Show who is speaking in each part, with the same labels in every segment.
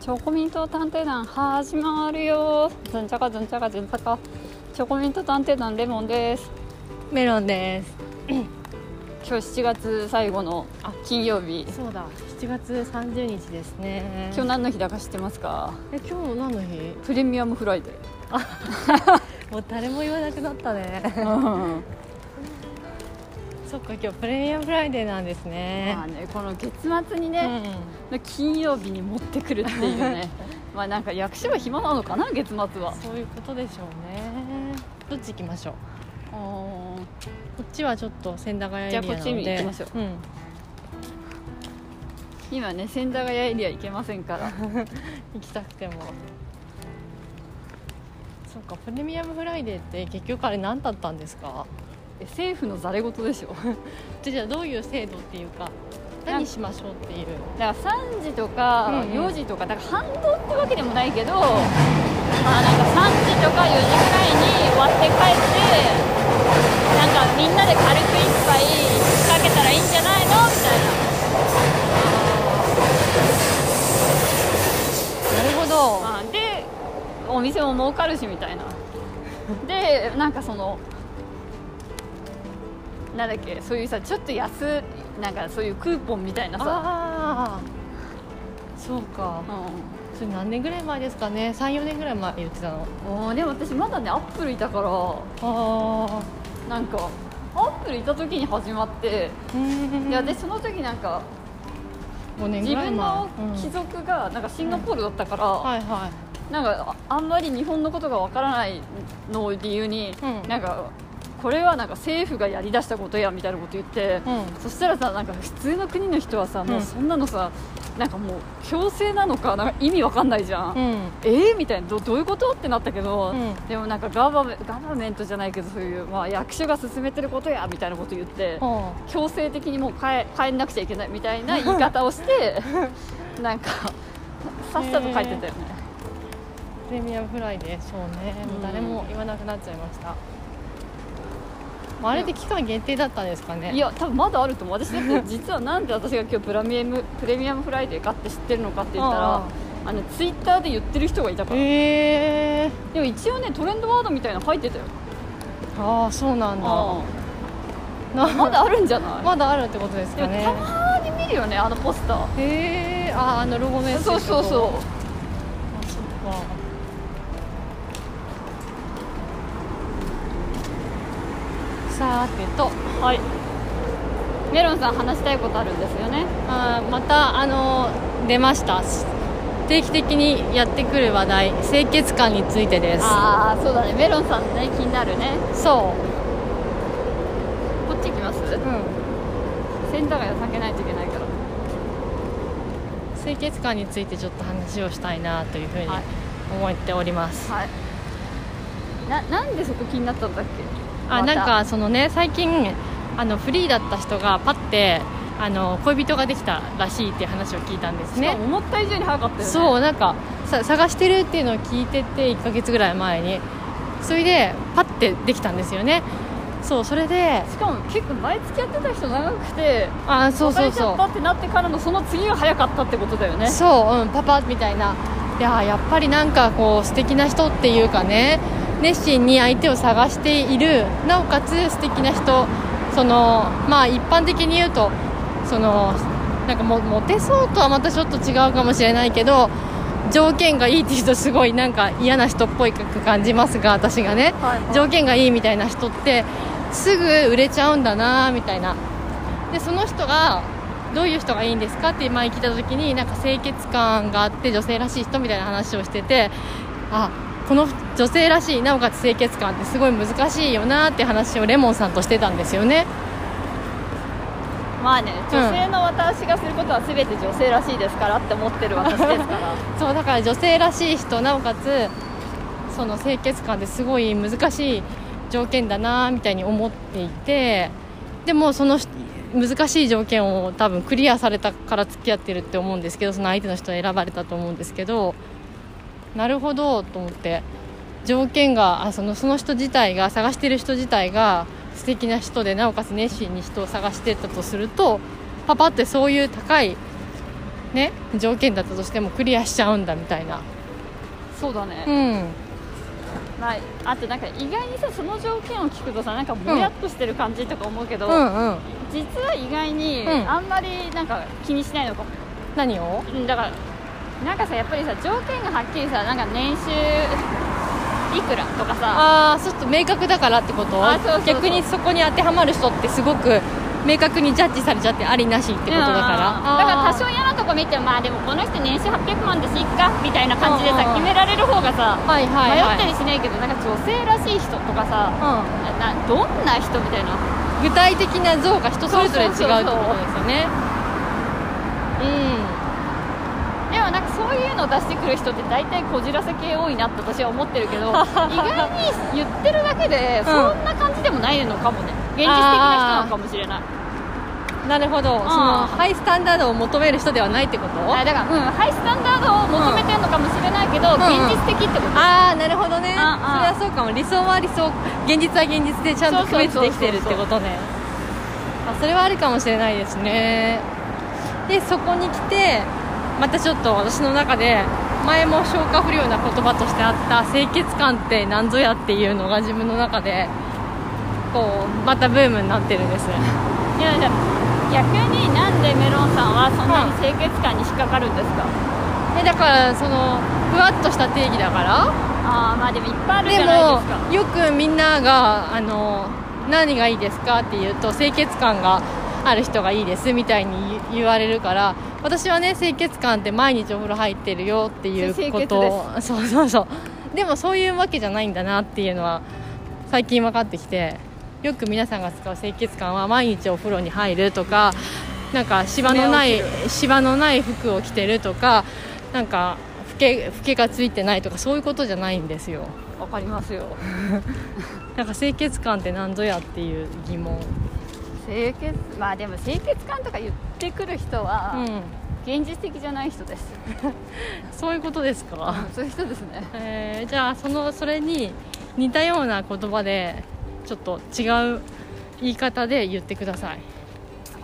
Speaker 1: ョコミント探偵団始まるよずんちゃかずんちゃかずんちゃかチョコミント探偵団レモンです
Speaker 2: メロンです
Speaker 1: 今日7月最後の
Speaker 2: あ
Speaker 1: 金曜日
Speaker 2: そうだ7月30日ですね
Speaker 1: 今日何の日だか知ってますか
Speaker 2: え今日何の日
Speaker 1: プレミアムフライデ
Speaker 2: もう誰も言わなくなったね
Speaker 1: ーま
Speaker 2: そっか今日プレミアムフライデーなんですね
Speaker 1: あねこの月末にね、金曜日に持ってくるっていうねまあなんか役所は暇なのかな月末は
Speaker 2: うん、そういうことでしょうねどっち行きましょう
Speaker 1: おー
Speaker 2: こっちはちょっと千駄ヶ谷エリアなので
Speaker 1: じゃあこっちに行きましょ
Speaker 2: う、ん、
Speaker 1: 今ね千駄ヶ谷エリア行けませんから
Speaker 2: 行きたくてもそっかプレミアムフライデーって結局あれ何だったんですか
Speaker 1: え政府のざれ言でしょ
Speaker 2: じゃあじゃあどういう制度っていうか何しましょうっていう
Speaker 1: だから3時とか
Speaker 2: うんうん
Speaker 1: 4時とか,、だから反動ってわけでもないけど、まあ、なんか3時とか4時ぐらいに終わって帰ってなんかみんなで軽く一杯かけたらいいんじゃないのみたいな
Speaker 2: なるほど
Speaker 1: あーでお店も儲かるしみたいなでなんかそのなんだっけそういうさちょっと安いなんかそういうクーポンみたいなさ、
Speaker 2: ああそうか
Speaker 1: う
Speaker 2: それ何年ぐらい前ですかね34年ぐらい前言ってたの
Speaker 1: ん、おーでも私まだねアップルいたから
Speaker 2: あ
Speaker 1: なんかアップルいた時に始まって
Speaker 2: あい
Speaker 1: いやでその時なんか
Speaker 2: 5年
Speaker 1: 自
Speaker 2: ぐらい前
Speaker 1: 分の
Speaker 2: うん
Speaker 1: 貴族がなんかシンガポールだったから、
Speaker 2: はいは
Speaker 1: なんかああんまり日本のことがわからないのを理由に、
Speaker 2: うん
Speaker 1: なんかこれはなんか政府がやりだしたことやみたいなこと言って、
Speaker 2: い、うん、
Speaker 1: そしたらさなんか普通の国の人はさもううんそんなのさ、なんかもう強制なのかなんか意味わかんないじゃん、
Speaker 2: うん
Speaker 1: えー、みたいなどどういうことってなったけど、
Speaker 2: うん
Speaker 1: でもなんかガバメガバメントじゃないけどそういう、まあ、役所が進めてることやみたいなこと言って、
Speaker 2: は
Speaker 1: 強制的にもう帰帰んなくちゃいけないみたいな言い方をして なんかさっさと帰ってたよね、
Speaker 2: あプレミアムフライデーそうね、もう
Speaker 1: うん
Speaker 2: 誰も言わなくなっちゃいましたまああれって期間限定だったんですかね
Speaker 1: いや多分まだあると思う私だって実はなんで私が今日プラミアムプレミアムフライデーかって知ってるのかって言ったら
Speaker 2: あ
Speaker 1: あのツイッターで言ってる人がいたから、
Speaker 2: ええ
Speaker 1: でも一応ねトレンドワードみたいなの入ってたよ
Speaker 2: ああそうなんだ
Speaker 1: あ
Speaker 2: な
Speaker 1: あまだあるんじゃない、
Speaker 2: まだあるってことです
Speaker 1: で
Speaker 2: か
Speaker 1: も
Speaker 2: ね
Speaker 1: たまに見るよねあのポスター
Speaker 2: へえあああのロゴメッセージ
Speaker 1: そう
Speaker 2: のとこ
Speaker 1: そうそう
Speaker 2: あそっかさーてと
Speaker 1: はいメロンさん話したいことあるんですよね
Speaker 2: あーまたあの出ました定期的にやってくる話題清潔感についてです
Speaker 1: ああそうだねメロンさんね気になるね
Speaker 2: そ
Speaker 1: こっち行きます
Speaker 2: う、うん、
Speaker 1: 千駄ヶ谷避けないといけないから
Speaker 2: 清潔感についてちょっと話をしたいなというふうに
Speaker 1: はい
Speaker 2: 思っております、
Speaker 1: はいななんでそこ気になったんだっけま
Speaker 2: あ
Speaker 1: た
Speaker 2: なんかそのね最近あのフリーだった人がパッてあの恋人ができたらしいっていう話を聞いたんです
Speaker 1: し
Speaker 2: ね
Speaker 1: かも思った以上に早かったよね
Speaker 2: そううなんかさ探してるっていうのを聞いてて1ヶ月ぐらい前にそれでパッてできたんですよねそうそれで
Speaker 1: しかも結構前付き合ってた人長くて
Speaker 2: あーそうそう
Speaker 1: 別れちゃ
Speaker 2: そ
Speaker 1: ったってなってからのその次が早かったってことだよね
Speaker 2: うそう、うん、パパみたいないやーやっぱりなんかこう素敵な人っていうかね熱心に相手を探しているなおかつ素敵な人そのまあ一般的に言うとそのなんかもモテそうとはまたちょっと違うかもしれないけど条件がいいっていう人すごいなんか嫌な人っぽいく感じますが私がね
Speaker 1: はいはい
Speaker 2: 条件がいいみたいな人ってすぐ売れちゃうんだなみたいなでその人がどういう人がいいんですかって前聞いた時になんか清潔感があって女性らしい人みたいな話をしててあこの女性らしいなおかつ清潔感ってすごい難しいよなって話をレモンさんとしてたんですよね
Speaker 1: まあね
Speaker 2: うん
Speaker 1: 女性の私がすることは全て女性らしいですからって思ってる私ですから
Speaker 2: そうだから女性らしい人なおかつその清潔感ですごい難しい条件だなみたいに思っていてでもその人難しい条件を多分クリアされたから付き合ってるって思うんですけどその相手の人を選ばれたと思うんですけどなるほどと思って条件があそのその人自体が探してる人自体が素敵な人でなおかつ熱心に人を探してたとするとパパってそういう高いね条件だったとしてもクリアしちゃうんだみたいな
Speaker 1: そうだね、
Speaker 2: うん
Speaker 1: まあ、あとなんか意外にさその条件を聞くとさなんかもやっとしてる感じとか思うけど、
Speaker 2: うんうん
Speaker 1: 実は意外に
Speaker 2: うん
Speaker 1: あんまりなんか気にしないのかも、
Speaker 2: 何を
Speaker 1: うん、だからなんかさやっぱりさ条件がはっきりさなんか年収いくらとかさ
Speaker 2: ああそうすると明確だからってこと
Speaker 1: あそうそうそう
Speaker 2: 逆にそこに当てはまる人ってすごく明確にジャッジされちゃってありなしってことだから
Speaker 1: うんだから多少
Speaker 2: あ
Speaker 1: 嫌なとこ見てもまあでもこの人年収800万でしいっかみたいな感じで
Speaker 2: うんうん
Speaker 1: さ決められる方がさ
Speaker 2: ーはいはい
Speaker 1: 迷
Speaker 2: はい
Speaker 1: ったりしないけどなんか女性らしい人とかさなどんな人みたいな
Speaker 2: うん、具体的な像が人それぞれ違うってことですよね
Speaker 1: でもなんかそういうのを出してくる人って大体こじらせ系多いなって私は思ってるけ ど意外に言ってるだけでそんな感じでもないのかもね現実的な人なのかもしれない
Speaker 2: うんなるほどそのハイスタンダードを求める人ではないってこと
Speaker 1: あだから、うん、ハイスタンダードを求めてるのかもしれないけど、
Speaker 2: ん
Speaker 1: 現実的ってこと
Speaker 2: ああなるほどねそれ
Speaker 1: ああ
Speaker 2: はそうかも理想は理想現実は現実でちゃんと区別できてるってことねあそれはあるかもしれないですねでそこに来てまたちょっと私の中で前も消化不良な言葉としてあった清潔感って何ぞやっていうのが自分の中でこうまたブームになってるんです
Speaker 1: いやいや逆になんでメロンさんはそんなに清潔感に引っかかるんですか、
Speaker 2: えだからそのふわっとした定義だから
Speaker 1: ああまあでもいっぱいあるじ
Speaker 2: で
Speaker 1: ゃないですか
Speaker 2: もよくみんながあの何がいいですかって言うと清潔感がある人がいいですみたいに言言われるから私はね清潔感って毎日お風呂入ってるよっていう
Speaker 1: 清
Speaker 2: こ
Speaker 1: 潔
Speaker 2: とをそうそうそうでもそういうわけじゃないんだなっていうのは最近分かってきてよく皆さんが使う清潔感は毎日お風呂に入るとかなんか芝のない
Speaker 1: 爪を
Speaker 2: 芝のない服を着てるとかなんかふけふけがついてないとかそういうことじゃないんですよ。
Speaker 1: わかりますよ
Speaker 2: なんか清潔感って何ぞやっていう疑問
Speaker 1: 清潔まあでも清潔感とか言ってくる人
Speaker 2: う
Speaker 1: は
Speaker 2: ん
Speaker 1: 現実的じゃない人です、
Speaker 2: そういうことですか、
Speaker 1: そういう人ですね
Speaker 2: えーじゃあそのそれに似たような言葉でちょっと違う言い方で言ってください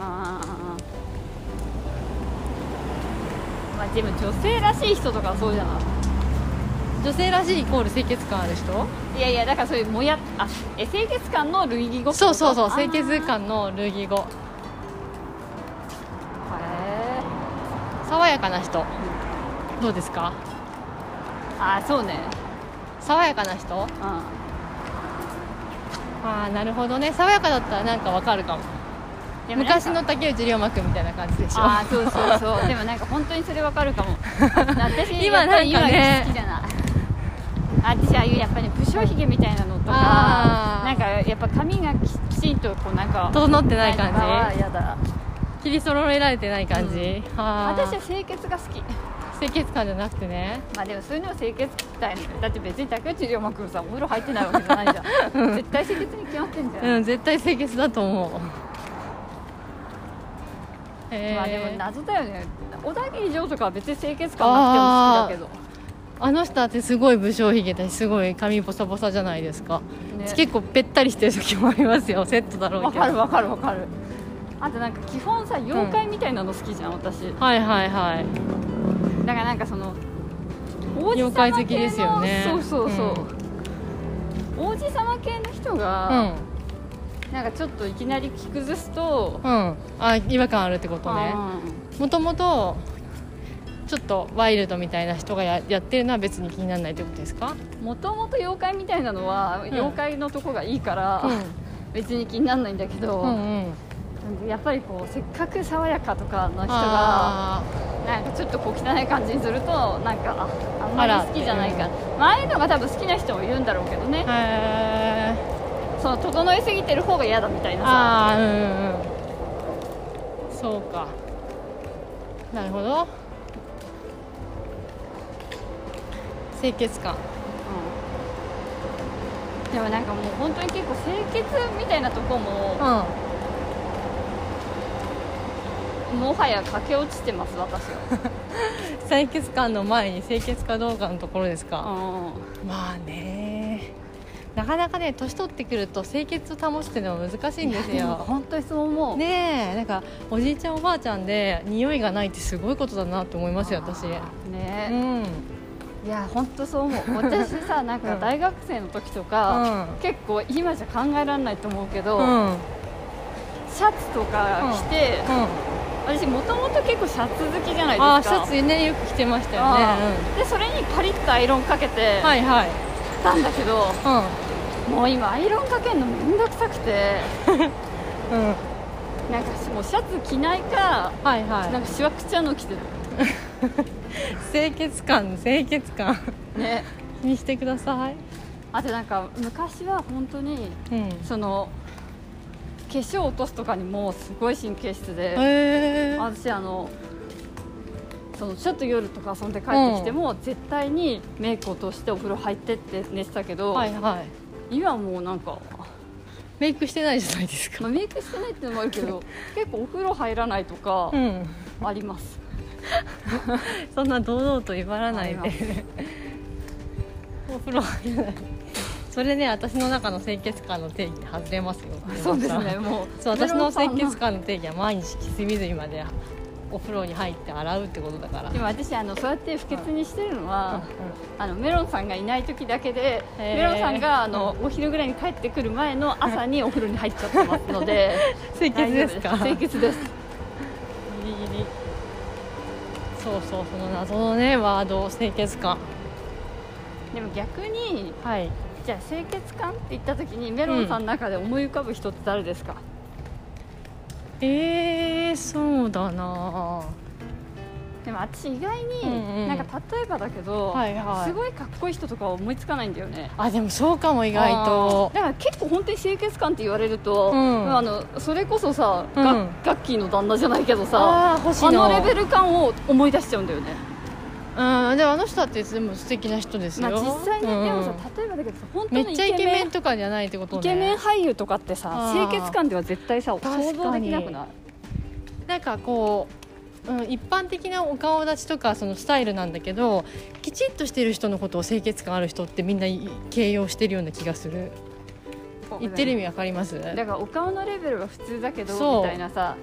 Speaker 1: ああまあでも女性らしい人とかはそうじゃな
Speaker 2: 女性らしいイコール清潔感ある人
Speaker 1: いいやいやだからそういうもやあえ清潔感の類義語
Speaker 2: そうそうそう
Speaker 1: あー
Speaker 2: 清潔感の類義語
Speaker 1: へー
Speaker 2: 爽やかな人どうですか
Speaker 1: あーそうね
Speaker 2: 爽やかな人
Speaker 1: うん
Speaker 2: ああなるほどね爽やかだったらなんかわかるかも
Speaker 1: でもなんか
Speaker 2: 昔の竹内涼真君みたいな感じでしょ
Speaker 1: ああそうそう そうでもなんか本当にそれわかるか も私
Speaker 2: 今
Speaker 1: 今な
Speaker 2: なんかね
Speaker 1: んかね好きじゃないあ私ああいうやっぱり、ね、不精ひげみたいなのとか
Speaker 2: あー
Speaker 1: なんかやっぱ髪がききちんとこうなんか
Speaker 2: 整ってない感
Speaker 1: とかは
Speaker 2: じ
Speaker 1: やだ
Speaker 2: 切り揃えられてない感じ、はあ
Speaker 1: 私は清潔が好き
Speaker 2: 清潔感じゃなくてね
Speaker 1: まあでもそういうのは清潔だよねだって別に竹内涼真君さお風呂入ってないわけじゃないじ ゃん、絶対清潔に決まってんじゃん、
Speaker 2: うん絶対清潔だと思うえー
Speaker 1: まあでも謎だよね小田切城とかは別に清潔感なくても好きだ
Speaker 2: あの人だってすごい武将髭だしすごい髪ボサボサじゃないですか、
Speaker 1: けど、ね
Speaker 2: 結構ぺったりしてる時もありますよセットだろう
Speaker 1: わ
Speaker 2: け
Speaker 1: か
Speaker 2: ど
Speaker 1: るわかるわかるあとなんか基本さ妖怪みたいなの好きじゃん、私だ
Speaker 2: はいはいはい
Speaker 1: からなんかその王子様系の
Speaker 2: 妖怪好きですよね
Speaker 1: そうそうそう、王子様系の人
Speaker 2: うん
Speaker 1: が、なんかちょっといきなり着崩すと、
Speaker 2: うんあ違和感あるってことね
Speaker 1: あ
Speaker 2: もともとちょっとワイルドみたいな人がややってるのは別に気にならないってことですか、
Speaker 1: ーもともと妖怪みたいなのは、妖怪のとこがいいから、
Speaker 2: う
Speaker 1: 別に気にならないんだけど、
Speaker 2: ん、うんうん
Speaker 1: やっぱりこうせっかく爽やかとかの人が
Speaker 2: あ
Speaker 1: なんかちょっとこう汚い感じにするとなんかああんまり好きじゃないか
Speaker 2: あら
Speaker 1: らまあああいうのが多分好きな人もいるんだろうけどね
Speaker 2: ーへー
Speaker 1: その整えすぎてる方が嫌だみたいなさ
Speaker 2: ああうんうんそうかなるほど清潔感
Speaker 1: うんでもなんかもう本当に結構清潔みたいなとこも
Speaker 2: う、ん
Speaker 1: もはや駆け落ちてます私は、
Speaker 2: 清潔感の前に清潔かどうかのところですか、
Speaker 1: うん
Speaker 2: まあねなかなかね年取ってくると清潔を保つっていうのは難しいんです
Speaker 1: いやも
Speaker 2: よ
Speaker 1: 本当にそう思う。
Speaker 2: ねえなんかおじいちゃんおばあちゃんで匂いがないってすごいことだなと思いますよ私
Speaker 1: ね
Speaker 2: う
Speaker 1: え、
Speaker 2: ん、うん、
Speaker 1: いや本当そう思う。私さなんか
Speaker 2: うん
Speaker 1: 大学生の時とか、結構今じゃ考えられないと思うけど、
Speaker 2: うん
Speaker 1: シャツとか着て、私もともと結構シャツ好きじゃないですか。
Speaker 2: あーシャツねよく着てましたよね
Speaker 1: あーでそれにパリッとアイロンかけて
Speaker 2: うんはいはい
Speaker 1: たんだけど、もう今アイロンかけるのめんどくさくて
Speaker 2: うん、うん、
Speaker 1: なんかもうシャツ着ないか
Speaker 2: はいはい
Speaker 1: なんかしわくちゃの着て
Speaker 2: 清潔感清潔感
Speaker 1: るね
Speaker 2: 気 にしてください
Speaker 1: あとなんか昔は本当に
Speaker 2: うん
Speaker 1: その化粧落とすとかにもすごい神経質で、
Speaker 2: へえ
Speaker 1: 私あのそのちょっと夜とか遊んで帰ってきても、絶対にメイク落としてお風呂入ってって寝てたけど、
Speaker 2: はいはい
Speaker 1: 今もうなんか、
Speaker 2: メイクしてないじゃないですか
Speaker 1: まあ、メイクしてないってのもあるけ ど結構お風呂入らないとか
Speaker 2: うん
Speaker 1: あります、
Speaker 2: そんな堂々と威張らない
Speaker 1: はい
Speaker 2: でお風呂入らないそれね私の中の清潔感の定義って外れますよ
Speaker 1: そうですねもう
Speaker 2: そう私の清潔
Speaker 1: 感
Speaker 2: 感の定義は毎日隅々までお風呂に入って洗うってことだから
Speaker 1: でも私あのそうやって不潔にしてるのは、
Speaker 2: う
Speaker 1: あのメロンさんがいない時だけで
Speaker 2: へー
Speaker 1: メロンさんがあの、お昼ぐらいに帰ってくる前の朝にお風呂に入っちゃってますので
Speaker 2: ん 清潔ですか
Speaker 1: 大丈夫清潔です
Speaker 2: ギリギリそうそうその謎のねワード清潔感
Speaker 1: でも逆に
Speaker 2: はい
Speaker 1: じゃあ清潔感って言った時にメロンさんの中で思い浮かぶ人って誰ですか、
Speaker 2: えー、そうだな
Speaker 1: でも私意外に、
Speaker 2: うんうん
Speaker 1: なんか例えばだけど、
Speaker 2: はいはい
Speaker 1: すごいかっこいい人とかは思いつかないんだよね
Speaker 2: あでもそうかも意外と
Speaker 1: あーだから結構本当に清潔感って言われると、
Speaker 2: うん
Speaker 1: あのそれこそさ、
Speaker 2: うん
Speaker 1: ガッガッキーの旦那じゃないけどさ
Speaker 2: あー星
Speaker 1: あ
Speaker 2: 野
Speaker 1: のレベル感を思い出しちゃうんだよね、
Speaker 2: うんでもあの人だってでも素敵な人です
Speaker 1: ま
Speaker 2: よ、
Speaker 1: あ、実際ね、
Speaker 2: うん
Speaker 1: でもさ例えばだけどさ本当
Speaker 2: め
Speaker 1: に
Speaker 2: っちゃイケメンとかじゃないってことね
Speaker 1: イケメン俳優とかってさ
Speaker 2: あー
Speaker 1: 清潔感では絶対さ
Speaker 2: 確かに
Speaker 1: 想像できなくない
Speaker 2: なんかこう、うん、一般的なお顔立ちとかそのスタイルなんだけどきちっとしてる人のことを清潔感ある人ってみんない形容してるような気がする言ってる意味わかります
Speaker 1: だからお顔のレベルは普通だけ
Speaker 2: そ
Speaker 1: ど
Speaker 2: う
Speaker 1: みたいなさ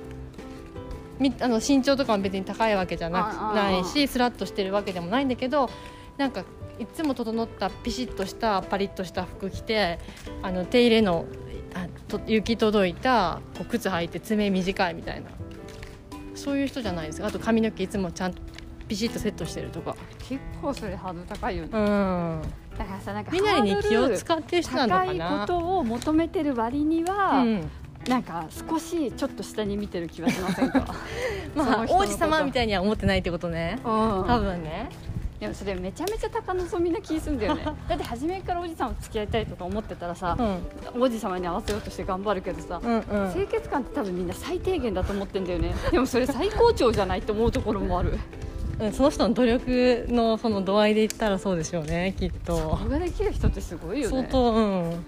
Speaker 2: みあの身長とかも別に高いわけじゃなく
Speaker 1: ああ
Speaker 2: ないしスラッとしてるわけでもないんだけどなんかいつも整ったピシッとしたパリッとした服着てあの手入れのあと行き届いたこう靴履いて爪短いみたいなそういう人じゃないですかあと髪の毛いつもちゃんとピシッとセットしてるとか
Speaker 1: 結構それハードル高いよね
Speaker 2: うん
Speaker 1: だからさなんか
Speaker 2: みなりに気を使ってる人なの
Speaker 1: 高
Speaker 2: か
Speaker 1: いこ
Speaker 2: な
Speaker 1: とを求めてる割には、
Speaker 2: うん
Speaker 1: なんか少しちょっと下に見てる気はしません か、
Speaker 2: ま
Speaker 1: その
Speaker 2: あ
Speaker 1: 人のこ
Speaker 2: 王
Speaker 1: と
Speaker 2: 子様みたいには思ってないってことね多
Speaker 1: うん、
Speaker 2: 分ね
Speaker 1: でもそれめちゃめちゃ高望みな気すんだよねだって初めからおじさんを付き合いたいとか思ってたらさ
Speaker 2: う、ん
Speaker 1: 王子様に合わせようとして頑張るけどさ、
Speaker 2: うんうん
Speaker 1: 清潔感って多分みんな最低限だと思ってんだよ ねでもそれ最高潮じゃないと思うところもある
Speaker 2: うん、その人の努力のその度合いで言ったらそうでしょうねきっと、
Speaker 1: 僕ができる人ってすごいよ
Speaker 2: 相
Speaker 1: ね
Speaker 2: 当うん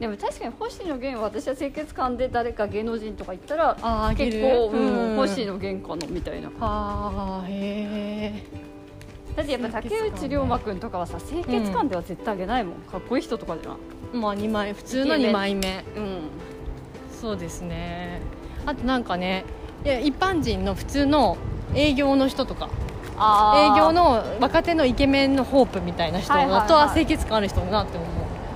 Speaker 1: でも確かに星野源は私は清潔感で誰か芸能人とか言ったら
Speaker 2: ああ
Speaker 1: 結構、うん
Speaker 2: うん、
Speaker 1: 星野源かのみたいな
Speaker 2: はあへえ
Speaker 1: だってやっぱ竹
Speaker 2: 清潔
Speaker 1: 内
Speaker 2: 感ね
Speaker 1: 涼真君とかはさ清潔感では絶対あげないもん、かっこいい人とかじゃん
Speaker 2: まあ二枚普通の2枚目
Speaker 1: うん
Speaker 2: そうですねあとなんかねいや一般人の普通の営業の人とか営
Speaker 1: あー
Speaker 2: 業の若手のイケメンのホープみたいな人
Speaker 1: はいはいは
Speaker 2: だ
Speaker 1: い
Speaker 2: とは清潔感ある人だなって思う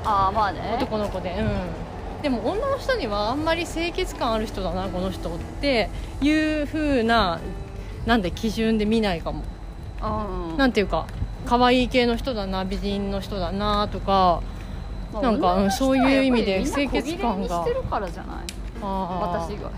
Speaker 1: あーまあね
Speaker 2: 男の子でうんでも女の人にはあんまり清潔感ある人だなこの人っていう風ななんで基準で見ないかも
Speaker 1: うん
Speaker 2: なんていうか可愛い系の人だな美人の人だなとか
Speaker 1: まあ
Speaker 2: なんか
Speaker 1: 女の
Speaker 2: うん
Speaker 1: 人
Speaker 2: そういう意味で
Speaker 1: はやっぱりみんな
Speaker 2: 清潔感
Speaker 1: 小
Speaker 2: が
Speaker 1: 切れにしてるからじゃない
Speaker 2: あー
Speaker 1: 私以外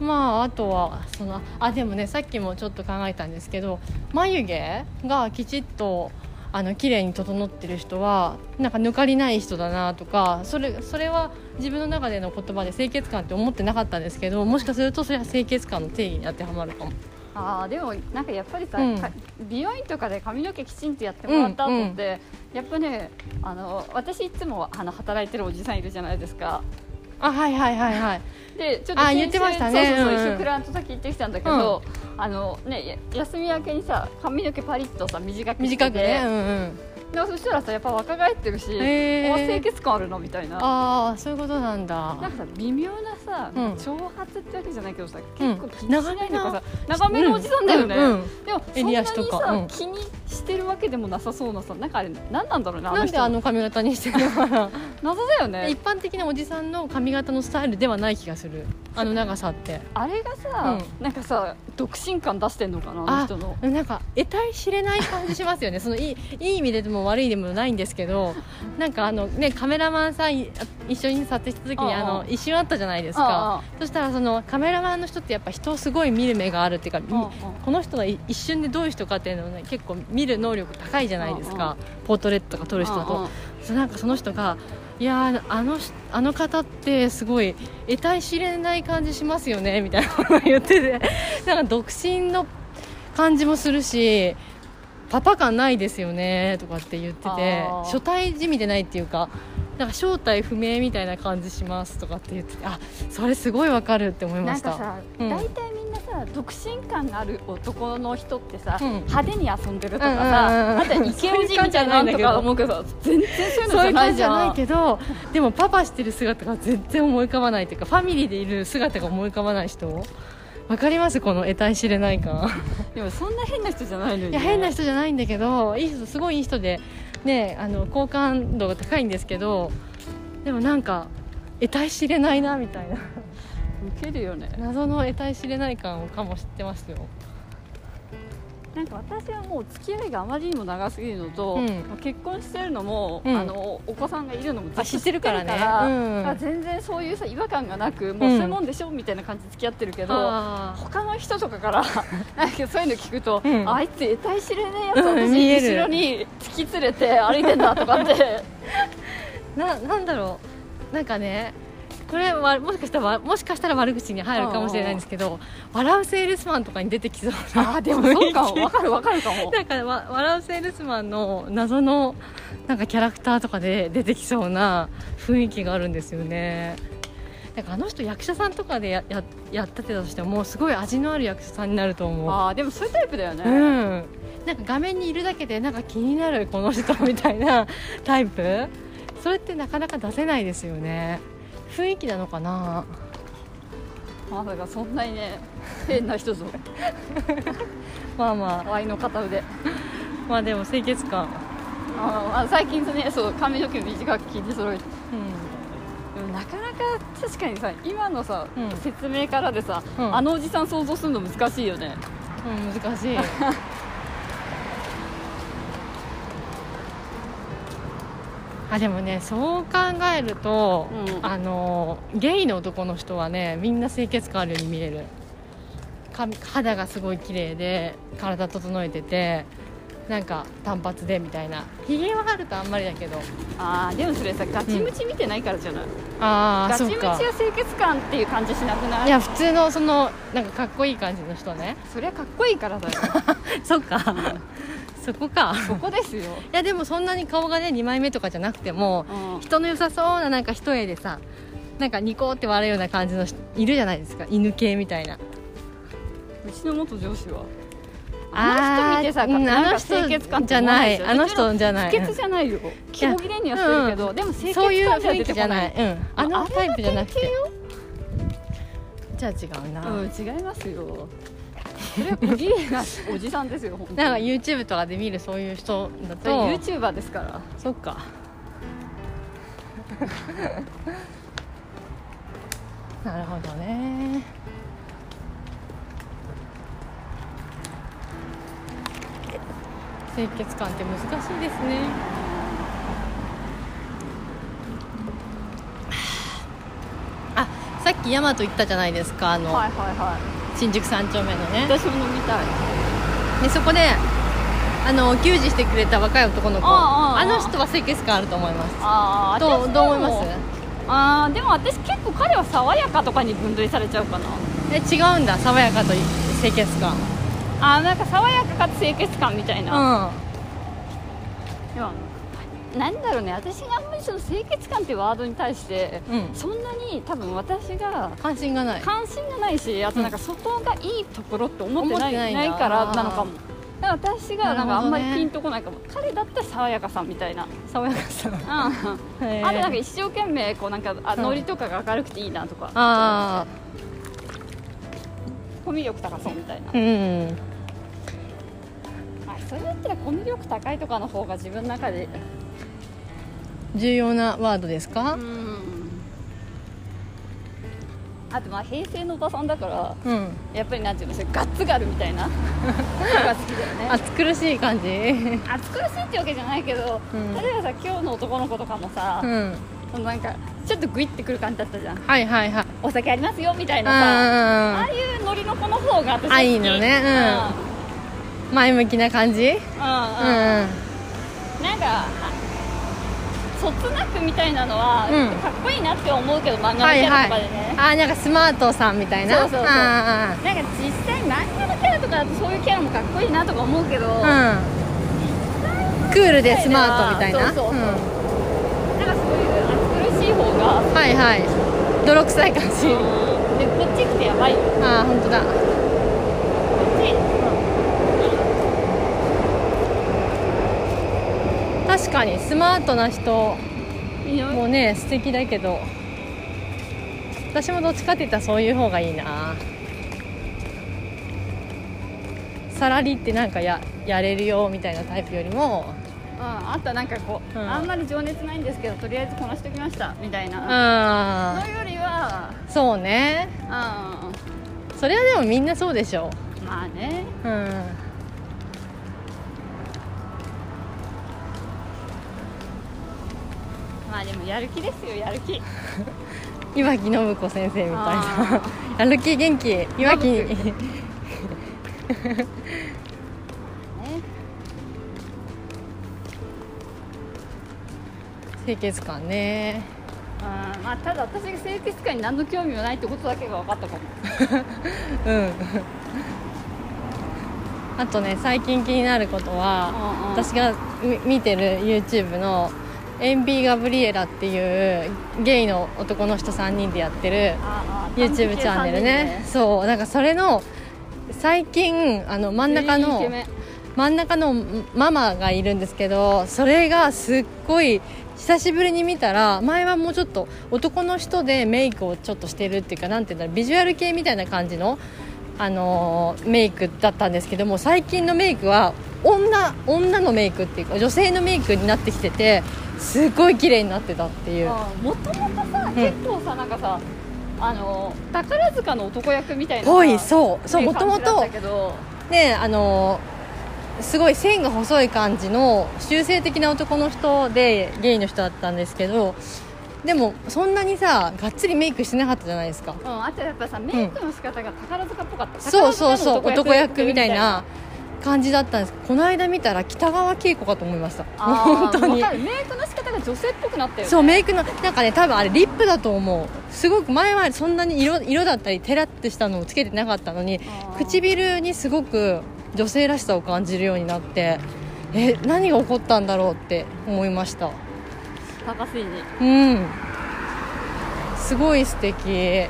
Speaker 2: まああとはそのあでもねさっきもちょっと考えたんですけど眉毛がきちっとあの綺麗に整ってる人はなんか抜かりない人だなとかそれそれは自分の中での言葉で清潔感って思ってなかったんですけどもしかするとそれは清潔感の定義に当てはまるかも
Speaker 1: あーでもなんかやっぱりさ、
Speaker 2: うん
Speaker 1: か美容院とかで髪の毛きちんとやってもらった後って、やっぱねあの私いつもあの働いてるおじさんいるじゃないですか
Speaker 2: あはいはいはいはい
Speaker 1: でちょっと
Speaker 2: あ
Speaker 1: 先週
Speaker 2: 言ってましたね
Speaker 1: そうそうそう
Speaker 2: うんうん
Speaker 1: 一緒クライアント先行ってきたんだけど、あのねや休み明けにさ髪の毛パリッとさ短くしてて
Speaker 2: 短くねうんうん
Speaker 1: でもそしたらさやっぱ若返ってるし、
Speaker 2: へー
Speaker 1: お清潔感あるのみたいな
Speaker 2: ああそういうことなん
Speaker 1: なん
Speaker 2: だ
Speaker 1: かさ微妙なさ、
Speaker 2: うん
Speaker 1: 挑発ってわけじゃないけどさ結構気にし
Speaker 2: 長
Speaker 1: な
Speaker 2: め
Speaker 1: い
Speaker 2: な
Speaker 1: のかさ長めのおじさんだよね、
Speaker 2: ううん
Speaker 1: でもそん
Speaker 2: 襟
Speaker 1: なに
Speaker 2: 足
Speaker 1: さ
Speaker 2: とかうん
Speaker 1: 気にしてるわけでもなさそうなさなんかあれ何なんだろうねあ
Speaker 2: な
Speaker 1: の
Speaker 2: んで
Speaker 1: 人
Speaker 2: あの髪型にしてるのか な
Speaker 1: 謎だよね
Speaker 2: 一般的なおじさんの髪型のスタイルではない気がするあの長さって
Speaker 1: あれがさ、なんかさ独身感出してんのかなあの人の
Speaker 2: なんか得体知れない感じします よねそのいいいい意味でも悪い意味でもないんですけどなんかあの、ね、カメラマンさんい一緒に撮影した時にあ
Speaker 1: うんうん
Speaker 2: の一瞬あったじゃないです
Speaker 1: あ
Speaker 2: かそしたらそのカメラマンの人ってやっぱ人をすごい見る目があるっていうか、み
Speaker 1: あああ
Speaker 2: この人がい一瞬でどういう人かっていうのを、ね、結構見る能力高いじゃないですか、ポートレットとか撮る人だと、
Speaker 1: あ
Speaker 2: そうなんかその人がいやーあのしあの方ってすごい得体知れない感じしますよねみたいなことを言ってて なんか独身の感じもするしパパ感ないですよねとかって言って
Speaker 1: あ
Speaker 2: て
Speaker 1: ー
Speaker 2: 初対地味でないっていうかなんか正体不明みたいな感じしますとかって言っててあそれすごいわかるって思いま
Speaker 1: なん
Speaker 2: した
Speaker 1: かさ、
Speaker 2: うん
Speaker 1: 大体みんなさ独身感がある男の人ってさ、
Speaker 2: うん
Speaker 1: 派手に遊んでるとか
Speaker 2: うんうんう
Speaker 1: さ、
Speaker 2: ん
Speaker 1: あとイケオジみたいなのとか思うけど全然そういうの
Speaker 2: そ
Speaker 1: じゃ
Speaker 2: うい
Speaker 1: な
Speaker 2: う感
Speaker 1: い
Speaker 2: じ
Speaker 1: じ
Speaker 2: じゃ
Speaker 1: ゃ
Speaker 2: なんいけどでもパパしてる姿が全然思い浮かばないというかファミリーでいる姿が思い浮かばない人わかりますこの得体知れない感
Speaker 1: でもそんな変な人じゃないのに、ね、
Speaker 2: いや変な人じゃないんだけどいい人すごいいい人でねあの好感度が高いんですけどでもなんか得体知れないなみたいな
Speaker 1: ウケるよね
Speaker 2: 謎の得体知れない感をかも知ってますよ
Speaker 1: なんか私はもう付き合いがあまりにも長すぎるのと、
Speaker 2: うん
Speaker 1: もう結婚してるのも、
Speaker 2: うん
Speaker 1: あのお子さんがいるのもず
Speaker 2: あ
Speaker 1: っ
Speaker 2: 知
Speaker 1: と
Speaker 2: ってるからね
Speaker 1: から
Speaker 2: うん
Speaker 1: あ全然そういうさ違和感がなくもうそういうもんでしょ、みたいな感じで付き合ってるけど、
Speaker 2: あ
Speaker 1: 他の人とかから なんかそういうの聞くと、
Speaker 2: うん
Speaker 1: あいつ得体知れねえやつ、
Speaker 2: うん
Speaker 1: 私
Speaker 2: 見える
Speaker 1: 後ろに突き連れて歩いてんだとかって
Speaker 2: ーななんだろうなんかねこれはもしかしたらもしかしたら悪口に入るかもしれないんですけど笑うセールスマンとかに出てきそうな
Speaker 1: あでもそうか
Speaker 2: 雰
Speaker 1: も
Speaker 2: 囲気
Speaker 1: わかるわかるかも
Speaker 2: なんかわ笑うセールスマンの謎のなんかキャラクターとかで出てきそうな雰囲気があるんですよね。なんかあの人役者さんとかでやややってたとしてももうすごい味のある役者さんになると思う。
Speaker 1: あーでもそういうタイプだよね、
Speaker 2: うん、なんか画面にいるだけでなんか気になるこの人みたいな タイプそれってなかなか出せないですよね雰囲気なのかな
Speaker 1: まさかそんなにね変な人ぞ
Speaker 2: まあまあ
Speaker 1: ワイの片腕
Speaker 2: まあでも清潔感、
Speaker 1: あーあ最近ねそう髪の毛短く切り揃えて
Speaker 2: う
Speaker 1: でもなかなか確かにさ今のさ、
Speaker 2: うん
Speaker 1: 説明からでさ、
Speaker 2: うん
Speaker 1: あのおじさん想像するの難しいよね
Speaker 2: んうん、難し いあでもねそう考えると、
Speaker 1: うん
Speaker 2: あのゲイの男の人はねみんな清潔感あるように見える髪肌がすごい綺麗で体整えててなんか単発でみたいなひげはあるとあんまりだけど
Speaker 1: あーでもそれさガチムチ見てないからじゃない、
Speaker 2: ああ
Speaker 1: ガチ
Speaker 2: そ
Speaker 1: ム
Speaker 2: う
Speaker 1: チは
Speaker 2: か
Speaker 1: 清潔感っていう感じしなくない
Speaker 2: いや普通のそのなんかかっこいい感じの人ね
Speaker 1: そりゃかっこいいからだ よ
Speaker 2: そっかそこか
Speaker 1: そこですよ、
Speaker 2: いやでもそんなに顔がね2枚目とかじゃなくても
Speaker 1: うん
Speaker 2: 人の良さそうななんか一重でさなんかニコって笑うような感じの人いるじゃないですか犬系みたいな
Speaker 1: うちの元上司は
Speaker 2: あ
Speaker 1: あの人見てさ
Speaker 2: ーうん
Speaker 1: なん
Speaker 2: あ
Speaker 1: か
Speaker 2: の人
Speaker 1: 清潔感って
Speaker 2: じゃない
Speaker 1: 思
Speaker 2: あ
Speaker 1: わな
Speaker 2: の
Speaker 1: いでしょ
Speaker 2: 人じゃない
Speaker 1: 不潔じゃないよ気もぎれにはしてるけど、でも清潔
Speaker 2: そういう
Speaker 1: 感じゃ
Speaker 2: 雰
Speaker 1: 出
Speaker 2: 囲
Speaker 1: て
Speaker 2: 気
Speaker 1: こ
Speaker 2: じゃない、うん、あのタイプじゃなくてじゃあ違うな、
Speaker 1: うん違いますよそれは小切 れなおじさんですよ本当に
Speaker 2: なんか YouTube とかで見るそういう人だ
Speaker 1: それ
Speaker 2: と
Speaker 1: YouTuber ですから
Speaker 2: そっか なるほどね清潔感って難しいですね あさっき大和行ったじゃないですかあの、
Speaker 1: はいはいはい
Speaker 2: 新宿三丁目のね
Speaker 1: 私も飲みたい
Speaker 2: でそこであの給仕してくれた若い男の子
Speaker 1: ああああ
Speaker 2: あの人は清潔感あると思います
Speaker 1: ああ
Speaker 2: どうどう思います
Speaker 1: ああでも私結構彼は爽やかとかに分類されちゃうかな
Speaker 2: え違うんだ爽やかと清潔感
Speaker 1: あーなんか爽やかかつ清潔感みたいな、
Speaker 2: う
Speaker 1: でもなんだろうね私があんまりその清潔感っていうワードに対して、
Speaker 2: うん
Speaker 1: そんなに多分私が
Speaker 2: ん関心がない
Speaker 1: 関心がないしあとなんかそこがいいところって思ってない,、
Speaker 2: 思ってないんだ
Speaker 1: ないからなのかもなんか私がなんか
Speaker 2: な
Speaker 1: あ
Speaker 2: るほ
Speaker 1: ん
Speaker 2: ど
Speaker 1: ま
Speaker 2: ね
Speaker 1: りピンとこないかも、彼だったら爽やかさんみたいな、
Speaker 2: 爽やかさ
Speaker 1: うん、あと
Speaker 2: へ
Speaker 1: な
Speaker 2: ー
Speaker 1: んか一生懸命こうなんかあ
Speaker 2: うん
Speaker 1: ノリとかが明るくていいなとか
Speaker 2: あ
Speaker 1: コミュ力高そうみたいな、
Speaker 2: あうん
Speaker 1: はい、それだったらコミュ力高いとかの方が自分の中で
Speaker 2: 重要なワードです
Speaker 1: う
Speaker 2: か
Speaker 1: んあとまあ平成のおばさんだから
Speaker 2: うん
Speaker 1: やっぱりなんていうのそういう ガッツがあるみたいな人が好きだよね
Speaker 2: 暑苦しい感じ
Speaker 1: 暑苦しいってわけじゃないけど、
Speaker 2: うん
Speaker 1: 例えばさ今日の男の子とかもさ、
Speaker 2: うん
Speaker 1: そのなんかちょっとグイってくる感じだったじゃん
Speaker 2: はいはいはい
Speaker 1: お酒ありますよみたいなさあ
Speaker 2: あ
Speaker 1: あいうノリの子の方が私は好き
Speaker 2: あいいのねー前向きな感じうん
Speaker 1: うんうん、うん
Speaker 2: うん
Speaker 1: なんかあそつなくみたいなのは、
Speaker 2: うん
Speaker 1: かっこいいなって思うけど漫画のキ
Speaker 2: はい
Speaker 1: ャラ
Speaker 2: はい
Speaker 1: とかでね、
Speaker 2: あーなんかスマートさんみたいな
Speaker 1: そうそうそう
Speaker 2: あ
Speaker 1: なんか実際漫画のキャラとかだとそういうキャラもかっこいいなとか思うけど、な
Speaker 2: ー
Speaker 1: んか
Speaker 2: あーうんクールでスマートみたいな
Speaker 1: そうそうそう
Speaker 2: うん
Speaker 1: そういう暑苦しい方が、
Speaker 2: はいはい泥臭い感じ
Speaker 1: でこっち来てやばいよこ
Speaker 2: ああ本当だ
Speaker 1: っち
Speaker 2: 確かにスマートな人
Speaker 1: いいよ
Speaker 2: もね素敵だけど私もどっちかって言ったらそういう方がいいなサラリーってなんかややれるよみたいなタイプよりも
Speaker 1: うん、あとはなんかこう、
Speaker 2: うん
Speaker 1: あんまり情熱ないんですけどとりあえずこなしておきましたみたいな、
Speaker 2: あ
Speaker 1: それよりは
Speaker 2: あそうね
Speaker 1: うんま
Speaker 2: それはでもみんなそうでしょ
Speaker 1: あね
Speaker 2: うん
Speaker 1: まあでもやる気ですよやる気
Speaker 2: 岩城信子先生みたいな
Speaker 1: あ
Speaker 2: やる気元気岩城
Speaker 1: 信ね
Speaker 2: 清潔感ね
Speaker 1: うんまあ、ただ私が清潔感に何の興味もないってことだけが分かったかも
Speaker 2: うんあとね最近気になることは、
Speaker 1: うんうん
Speaker 2: 私がみ見てる YouTube のエンビー・ガブリエラっていうゲイの男の人3人でやってる
Speaker 1: あー
Speaker 2: YouTube チャンネルねそうなんかそれの最近あの真ん中
Speaker 1: 全員イケ
Speaker 2: の
Speaker 1: メン
Speaker 2: 真ん中のママがいるんですけどそれがすっごい久しぶりに見たら前はもうちょっと男の人でメイクをちょっとしてるっていうかなんていうんだろうビジュアル系みたいな感じの、あのーメイクだったんですけども最近のメイクは女女のメイクっていうか女性のメイクになってきててすごい綺麗になってたっていう
Speaker 1: うんもともとさ、結構さなんかさあの宝塚の男役みたいなさ
Speaker 2: ぽいそうそう
Speaker 1: ってい
Speaker 2: もと
Speaker 1: 感
Speaker 2: も
Speaker 1: じだっ
Speaker 2: と
Speaker 1: たけど
Speaker 2: ねあのすごい線が細い感じの修正的な男の人でゲイの人だったんですけどでもそんなにさがっつりメイクしてなかったじゃないですか
Speaker 1: うん、あとやっぱさメイクの仕方が宝塚っぽかった、
Speaker 2: そうそうそう
Speaker 1: 宝塚の
Speaker 2: 男役みたいな感じだったんですけどこの間見たら北川景子かと思いました 本当に
Speaker 1: わかるメイクの仕方が女性っぽくなったよね
Speaker 2: そうメイクのなんかね多分あれリップだと思うすごく前はそんなに色色だったりテラってしたのをつけてなかったのに
Speaker 1: あー
Speaker 2: 唇にすごく女性らしさを感じるようになってえ何が起こったんだろうって思いました
Speaker 1: 高すぎに
Speaker 2: うんすごい素敵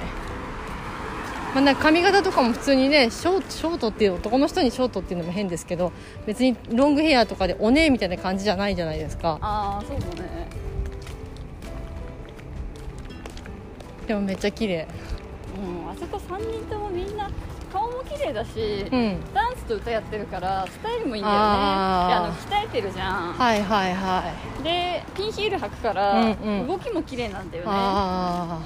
Speaker 2: まあ、なんか髪型とかも普通にねショートショートっていう男の人にショートっていうのも変ですけど別にロングヘアとかでおねえみたいな感じじゃないじゃないですか
Speaker 1: ああそうだね
Speaker 2: でもめっちゃ綺麗
Speaker 1: うんあそこ3人ともみんな顔も綺麗だし、
Speaker 2: うん
Speaker 1: ダンスと歌やってるからスタイルもいいんだよね
Speaker 2: あー
Speaker 1: であの鍛えてるじゃん
Speaker 2: はいはいはい
Speaker 1: でピンヒール履くか
Speaker 2: う
Speaker 1: ら、
Speaker 2: んうん
Speaker 1: 動きも綺麗なんだよねあ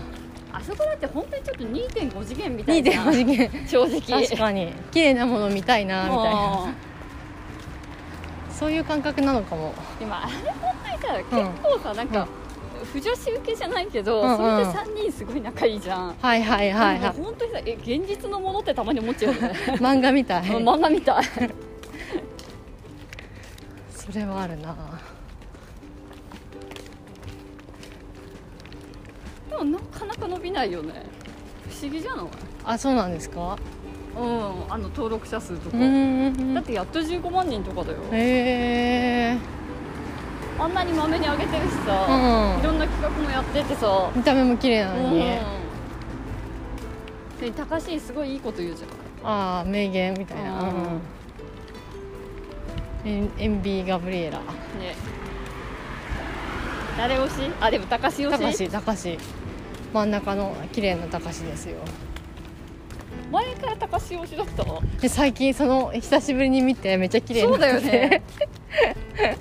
Speaker 2: あ
Speaker 1: そこだって本当にちょっと2.5次元み
Speaker 2: あ
Speaker 1: たいな
Speaker 2: 2.5次元
Speaker 1: 正直
Speaker 2: 確かに綺麗なもの見たいなみたいな
Speaker 1: もう
Speaker 2: そういう感覚なのかも
Speaker 1: 今あれ本当にさ結構さ、なんか、不女子受けじゃないけど、
Speaker 2: うんうん
Speaker 1: それで3人すごい仲いいじゃん、
Speaker 2: はいはいはい
Speaker 1: で
Speaker 2: は
Speaker 1: も本当にさえ現実のものってたまに思っちゃう よね
Speaker 2: い漫画みたい
Speaker 1: 漫画み たい
Speaker 2: それはあるな
Speaker 1: でもなかなか伸びないよね不思議じゃない
Speaker 2: あそうなんですか
Speaker 1: うんあの登録者数と
Speaker 2: う
Speaker 1: か、
Speaker 2: ん
Speaker 1: だってやっと15万人とかだよ、
Speaker 2: へえ
Speaker 1: あんなにまめに上げてるし
Speaker 2: う
Speaker 1: さ、い
Speaker 2: ん
Speaker 1: ろんな企画もやっててさ、
Speaker 2: 見た目も綺麗な
Speaker 1: う
Speaker 2: の
Speaker 1: ん
Speaker 2: に
Speaker 1: で高橋すごいいいこと言うじゃん
Speaker 2: ああ名言みたいな
Speaker 1: うん
Speaker 2: エンエンビー・ガブリエラ
Speaker 1: ね誰推しあでも高志
Speaker 2: 高
Speaker 1: 推し
Speaker 2: し高し真ん中の綺麗な高しですよ
Speaker 1: 前から高志推しだった
Speaker 2: で最近その久しぶりに見てめっちゃ綺麗に
Speaker 1: そ
Speaker 2: な
Speaker 1: うだよ
Speaker 2: ってて
Speaker 1: ね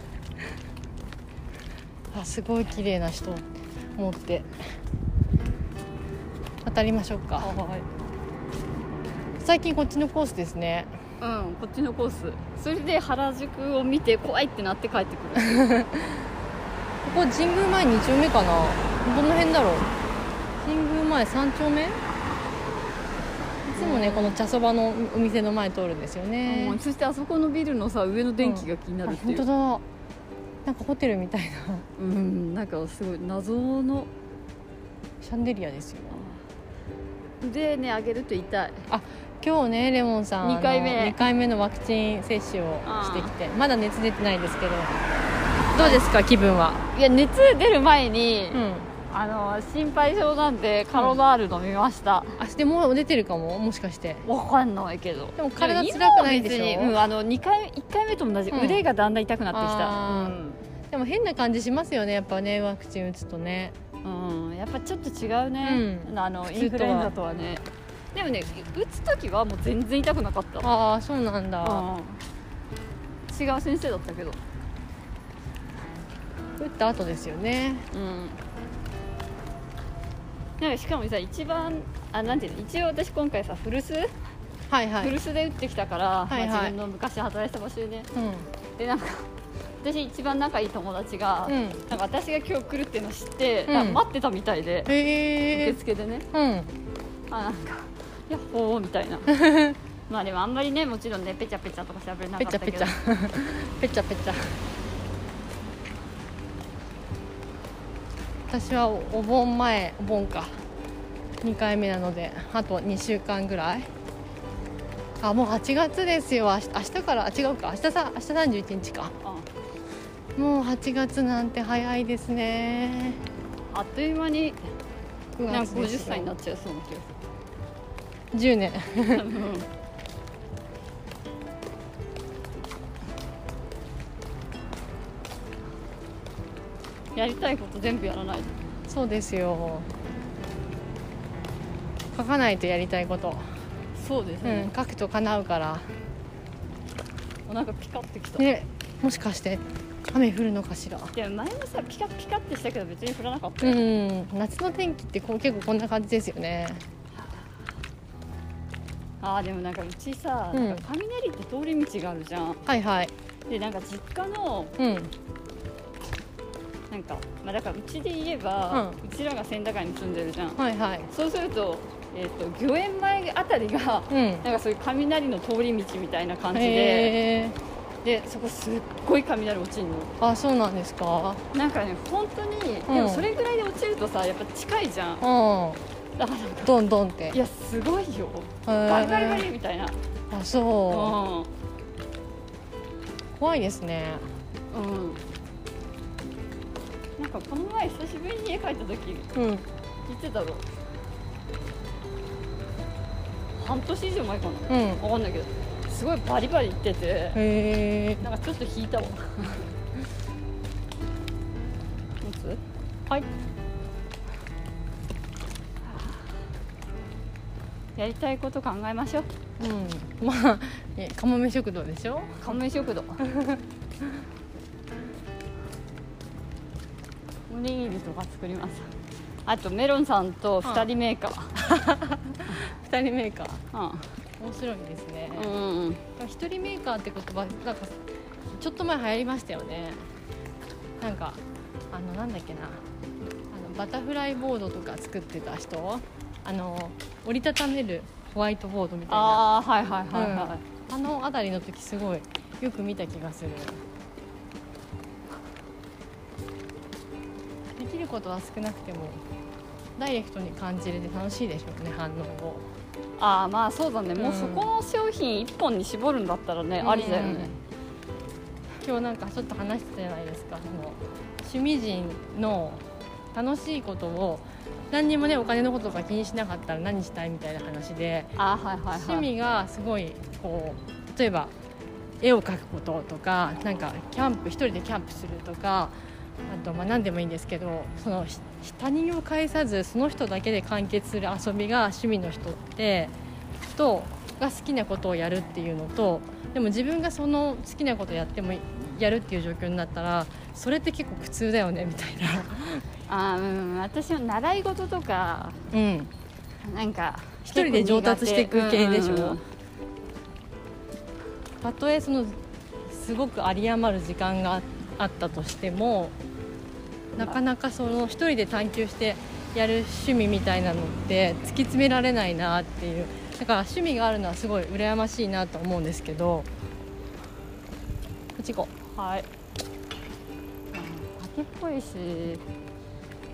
Speaker 2: あすごい綺麗な人思って渡りましょうか
Speaker 1: はい
Speaker 2: 最近こっちのコースですね
Speaker 1: うんこっちのコースそれで原宿を見て怖いってなって帰ってくる
Speaker 2: ここ神宮前2丁目かなどの辺だろう神宮前3丁目いつもねこの茶そばのお店の前通るんですよね
Speaker 1: うんそしてあそこのビルのさ上の電気が気にな
Speaker 2: あ
Speaker 1: るってい
Speaker 2: 本
Speaker 1: う、
Speaker 2: 当だなんかホテルみたいな
Speaker 1: うん、なんかすごい謎の
Speaker 2: シャンデリアですよ
Speaker 1: 腕ね上げると痛い
Speaker 2: 今日ねレモンさん
Speaker 1: 二回目
Speaker 2: 2回目のワクチン接種をしてきてまだ熱出てないんですけどどうですか気分はい
Speaker 1: や熱出る前に、
Speaker 2: うん
Speaker 1: あの心配性なんでカロナール飲みました、
Speaker 2: あしてもう出てるかももしかして
Speaker 1: わかんないけど
Speaker 2: でも体辛くないでしょ
Speaker 1: 今は別にうん、あの2回1回目と同じ、
Speaker 2: うん
Speaker 1: 腕がだんだん痛くな
Speaker 2: あ
Speaker 1: って
Speaker 2: でも変な感じしますよねやっぱねワクチン打つとね
Speaker 1: きた、うんうん、やっぱちょっと違うね、
Speaker 2: う
Speaker 1: あの
Speaker 2: 普通とは
Speaker 1: インフルエンザとはねでもね打つ時はもう全然痛くなかった
Speaker 2: ああそうなんだ
Speaker 1: うん違う先生だったけど、
Speaker 2: 打った後ですよね
Speaker 1: うん、なんかしかもさ一番あなんていうの一応私今回さ古巣、
Speaker 2: はいはい、
Speaker 1: 古巣で打ってきたから、
Speaker 2: はいはい
Speaker 1: まあ自分の昔働いてた場所でね
Speaker 2: うん
Speaker 1: でなんか私一番仲いい友達が、
Speaker 2: うん、
Speaker 1: なんか私が今日来るっていうの知って、
Speaker 2: うん
Speaker 1: なんか待ってたみたいで、
Speaker 2: へ
Speaker 1: 受
Speaker 2: え
Speaker 1: 付でね
Speaker 2: うん
Speaker 1: あなんか「やっほー」みた いなまあでもあんまりねもちろんねペチャペチャとかしゃべれなか
Speaker 2: ペ
Speaker 1: っ
Speaker 2: チ
Speaker 1: たけ
Speaker 2: ャペ
Speaker 1: ど
Speaker 2: チャペチャペチャ私はお盆前お盆か2回目なのであと2週間ぐらいあもう8月ですよ明日明日からあ違うか明日さ明日31日か
Speaker 1: うん
Speaker 2: もう8月なんて早いですね
Speaker 1: あっという間に
Speaker 2: 9
Speaker 1: なん
Speaker 2: 月
Speaker 1: か
Speaker 2: で
Speaker 1: 50
Speaker 2: すよ
Speaker 1: 歳になっちゃいそうな気が
Speaker 2: 10年
Speaker 1: するうんやりたいこと全部やらないと
Speaker 2: そうですよ書かないとやりたいこと、
Speaker 1: そうです
Speaker 2: うん、、書くと叶うから
Speaker 1: おなんかピカってきた、
Speaker 2: ねもしかして雨降るのかしら
Speaker 1: いや前もさピカピカってしたけど別に降らなかった
Speaker 2: う
Speaker 1: よ、
Speaker 2: ん夏の天気ってこう結構こんな感じですよね
Speaker 1: ああでもなんかうちさ、
Speaker 2: うん
Speaker 1: なんか雷って通り道があるじゃん
Speaker 2: はいはい
Speaker 1: でなんか実家の
Speaker 2: うん
Speaker 1: なんか、まあ、だからうちで言えば、うちらが千駄ヶ谷に住んでるじゃん
Speaker 2: はいはい
Speaker 1: そうすると,、えー、と御苑前あたりが
Speaker 2: うん
Speaker 1: なんかそういう雷の通り道みたいな感じで
Speaker 2: へえ
Speaker 1: でそこすっごい雷落ちるの
Speaker 2: あそうなんですか
Speaker 1: なんかね本当に、
Speaker 2: うん
Speaker 1: でもそれぐらいで落ちるとさやっぱ近いじゃん
Speaker 2: う
Speaker 1: だからなんか
Speaker 2: んどんどんってへ
Speaker 1: いやすごいよ
Speaker 2: え
Speaker 1: バリバリバリみたいな
Speaker 2: あそ
Speaker 1: うん
Speaker 2: う怖いですね
Speaker 1: うんなんかこの前久しぶりに家帰った時
Speaker 2: うん
Speaker 1: 言ってたろ半年以上前かな
Speaker 2: うんへ
Speaker 1: 分かんないけどすごいバリバリ言ってて
Speaker 2: え
Speaker 1: なんかちょっと引いたわ持つはいやりたいこと考えましょう
Speaker 2: うんまあえかもめ食堂でしょ
Speaker 1: カモメ食 堂おにぎりとか作りますあとメロンさんと二人メーカ
Speaker 2: 二人メーカー
Speaker 1: ー
Speaker 2: 面白いですね、
Speaker 1: うん、うんうん、
Speaker 2: 一人メーカーって言葉なんかちょっと前流行りましたよねなんかあのなんだっけなあのバタフライボードとか作ってた人あの折りたためるホワイトボードみたいな
Speaker 1: ああはいはいはいはい、
Speaker 2: あのあたりの時すごいよく見た気がするできることは少なくてもダイレクトに感じれて楽しいでしょうね反応を
Speaker 1: ああまあそうだね、もううんそこの商品一本に絞るんだったらね、
Speaker 2: うん
Speaker 1: ありだよね
Speaker 2: 今日なんかちょっと話してたじゃないですかその趣味人の楽しいことを何にもねお金のこととか気にしなかったら何したいみたいな話で
Speaker 1: ああはいはいはい
Speaker 2: 趣味がすごいこう例えば絵を描くこととかなんかキャンプ一人でキャンプするとかあとまあ何でもいいんですけどそのひ他人を介さずその人だけで完結する遊びが趣味の人ってとが好きなことをやるっていうのとでも自分がその好きなことやってもやるっていう状況になったらそれって結構苦痛だよねみたいな。
Speaker 1: あーうん私は習い事とか
Speaker 2: うん
Speaker 1: なんか
Speaker 2: 一人で上達していく系でしょ、
Speaker 1: うんうんうん
Speaker 2: たとえそのすごく有り余る時間があったとしてもなかなかその一人で探求してやる趣味みたいなのって突き詰められないなっていうだから趣味があるのはすごい羨ましいなと思うんですけどいちご
Speaker 3: はい
Speaker 1: 秋っぽいし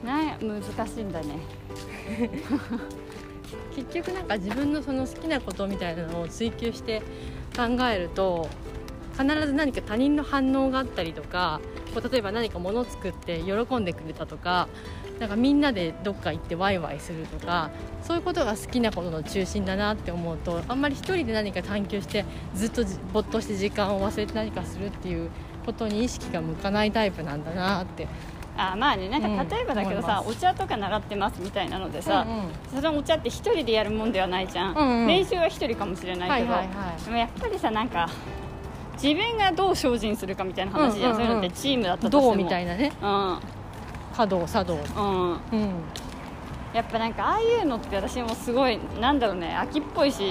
Speaker 1: なん難しいんだね
Speaker 2: 結局なんか自分のその好きなことみたいなのを追求して考えると必ず何か他人の反応があったりとかこう例えば何か物を作って喜んでくれたとかなんかみんなでどっか行ってワイワイするとかそういうことが好きなことの中心だなって思うとあんまり一人で何か探求してずっとじ没頭して時間を忘れて何かするっていうことに意識が向かないタイプなんだなって
Speaker 1: あーまあねなん
Speaker 2: うん
Speaker 1: か例えばだけどさ、
Speaker 2: 思い
Speaker 1: お茶とか習ってますみたいなのでさ、
Speaker 2: うんう
Speaker 1: そ
Speaker 2: ん
Speaker 1: のお茶って一人でやるもんではないじゃん、
Speaker 2: うんうん
Speaker 1: 練習は一人かもしれないけど、
Speaker 2: はいはいはい
Speaker 1: でもやっぱりさなんか自分がどう精進するかみたいな話じゃん、
Speaker 2: うん
Speaker 1: そ
Speaker 2: うん
Speaker 1: ううんいうのってチームだったとしても
Speaker 2: どうみたいなね
Speaker 1: う
Speaker 2: 稼働作動、
Speaker 1: んうん
Speaker 2: うん
Speaker 1: やっぱなんかああいうのって私もすごいなんだろうね秋っぽいし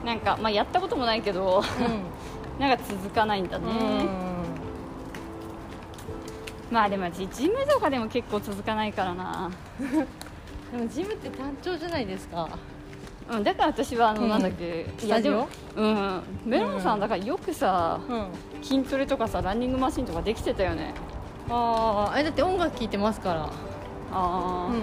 Speaker 2: うん
Speaker 1: なんかまあやったこともないけど
Speaker 2: うん
Speaker 1: なんか続かないんだね、まあでも私ジムとかでも結構続かないからな、
Speaker 2: でもジムって単調じゃないですか。
Speaker 1: うん、だから私はあ
Speaker 2: う
Speaker 1: の
Speaker 2: ん
Speaker 1: なんだっけ、
Speaker 2: ス
Speaker 1: いや
Speaker 2: タジ
Speaker 1: で
Speaker 2: オ
Speaker 1: もうんメロンさ
Speaker 2: うん
Speaker 1: んだからよくさ
Speaker 2: うん。
Speaker 1: 筋トレとかさランニングマシンとかできてたよね
Speaker 2: ああ、えだって音楽聴いてますから。
Speaker 1: あー、
Speaker 2: う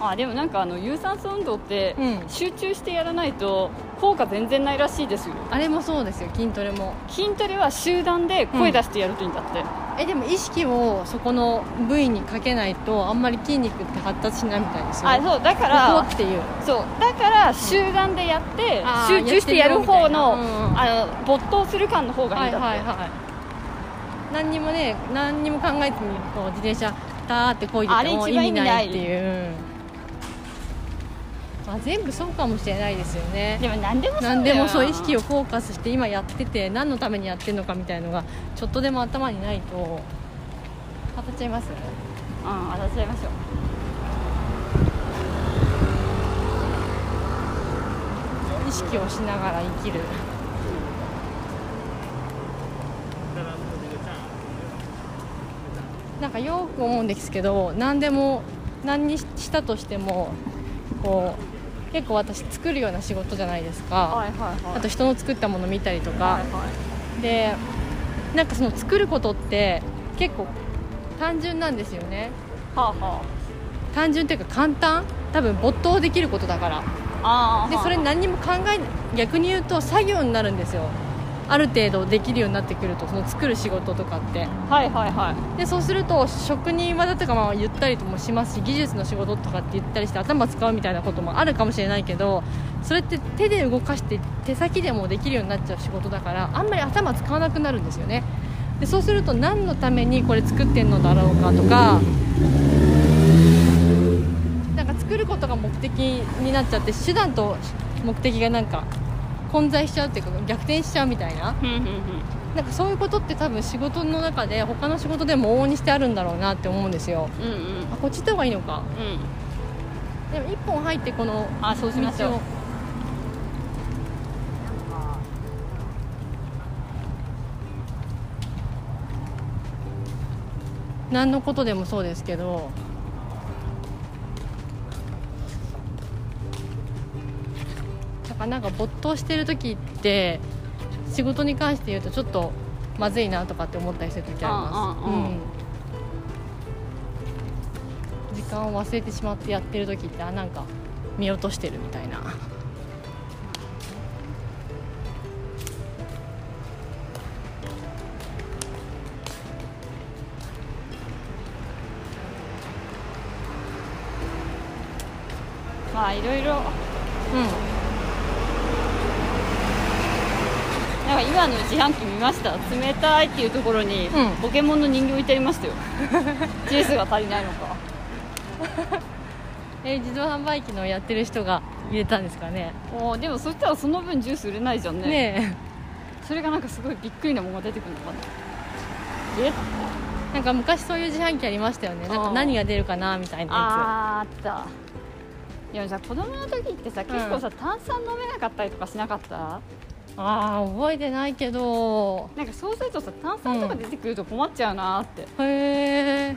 Speaker 1: あでもなんかあの有酸素運動って
Speaker 2: うん
Speaker 1: 集中してやらないと効果全然ないらしいですよ
Speaker 2: ん。あれもそうですよ。筋トレも。
Speaker 1: 筋トレは集団で声出してやるといいんだって、
Speaker 2: えでも意識をそこの部位にかけないとあんまり筋肉って発達しないみたいですよ。
Speaker 1: あそうだから
Speaker 2: ここっていう。
Speaker 1: そうだから集団でやって
Speaker 2: あー
Speaker 1: 集中してやる方の,、
Speaker 2: やってみようみたいなうんうん
Speaker 1: あの没頭する感の方がいいん
Speaker 2: はい
Speaker 1: だって、
Speaker 2: はいはい。何にもね、何にも考えずにこう自転車ターってこいで
Speaker 1: あれ
Speaker 2: ても
Speaker 1: 一番意味ない
Speaker 2: っていう。まあ全部そうかもしれないですよね。
Speaker 1: でも何 でもそうだよ
Speaker 2: 何でもそう意識をフォーカスして今やってて何のためにやってるのかみたいのがちょっとでも頭にないと当たっちゃいますよね
Speaker 1: うん渡しちゃいましょう
Speaker 2: 意識をしながら生きるなんかよく思うんですけど何でも何にしたとしてもこう結構私作るような仕事じゃないですか
Speaker 1: はいはいはい
Speaker 2: あと人の作ったもの見たりとか
Speaker 1: はいはい
Speaker 2: でなんかその作ることって結構単純なんですよね
Speaker 1: はあは
Speaker 2: 単純っていうか簡単多分没頭できることだから
Speaker 1: ああー
Speaker 2: で
Speaker 1: はあ
Speaker 2: それ何にも考え逆に言うと作業になるんですよある程度できるようになってくるとその作る仕事とかって
Speaker 1: はいはいはい
Speaker 2: でそうすると職人技とかまあ言ったりもしますし技術の仕事とかって言ったりして頭使うみたいなこともあるかもしれないけどそれって手で動かして手先でもできるようになっちゃう仕事だからあんまり頭使わなくなるんですよねでそうすると何のためにこれ作ってんのだろうかとかなんか作ることが目的になっちゃって手段と目的がなんか混在しちゃうっていうか逆転しちゃうみたいな
Speaker 1: うんうんうん
Speaker 2: なんかそういうことって多分仕事の中で他の仕事でも往々にしてあるんだろうなって思うんですよ
Speaker 1: うんうん
Speaker 2: あこっち行った方がいいのか
Speaker 1: うん
Speaker 2: でも一本入ってこの
Speaker 1: あそうしましょ
Speaker 2: 道
Speaker 1: う
Speaker 2: を何のことでもそうですけどだからなんか没頭してる時って仕事に関して言うとちょっとまずいなとかって思ったりする時あります、
Speaker 1: うんうんうん
Speaker 2: 時間を忘れてしまってやってる時ってあなんか見落としてるみたいな
Speaker 1: まあいろいろ
Speaker 2: う
Speaker 1: なんか今の自販機見ました冷たいっていうところに、
Speaker 2: うん
Speaker 1: ポケモンの人形置いてありましたよ ジュースが足りないのか
Speaker 2: え自動販売機のやってる人が入れたんですかね
Speaker 1: おーでもそしたらその分ジュース売れないじゃんね
Speaker 2: ね
Speaker 1: それがなんかすごいびっくりなものが出てくるのかなえ
Speaker 2: えなんか昔そういう自販機ありましたよねなん
Speaker 1: あ
Speaker 2: か
Speaker 1: ー
Speaker 2: 何が出るかなみたいな
Speaker 1: あーあったいやじゃあ子供の時ってさ結構さ、炭酸飲めなかったりとかしなかった
Speaker 2: やつああー覚えてないけど
Speaker 1: なんかそうするとさ炭酸とか出てくると困っちゃうなーって、
Speaker 2: へえ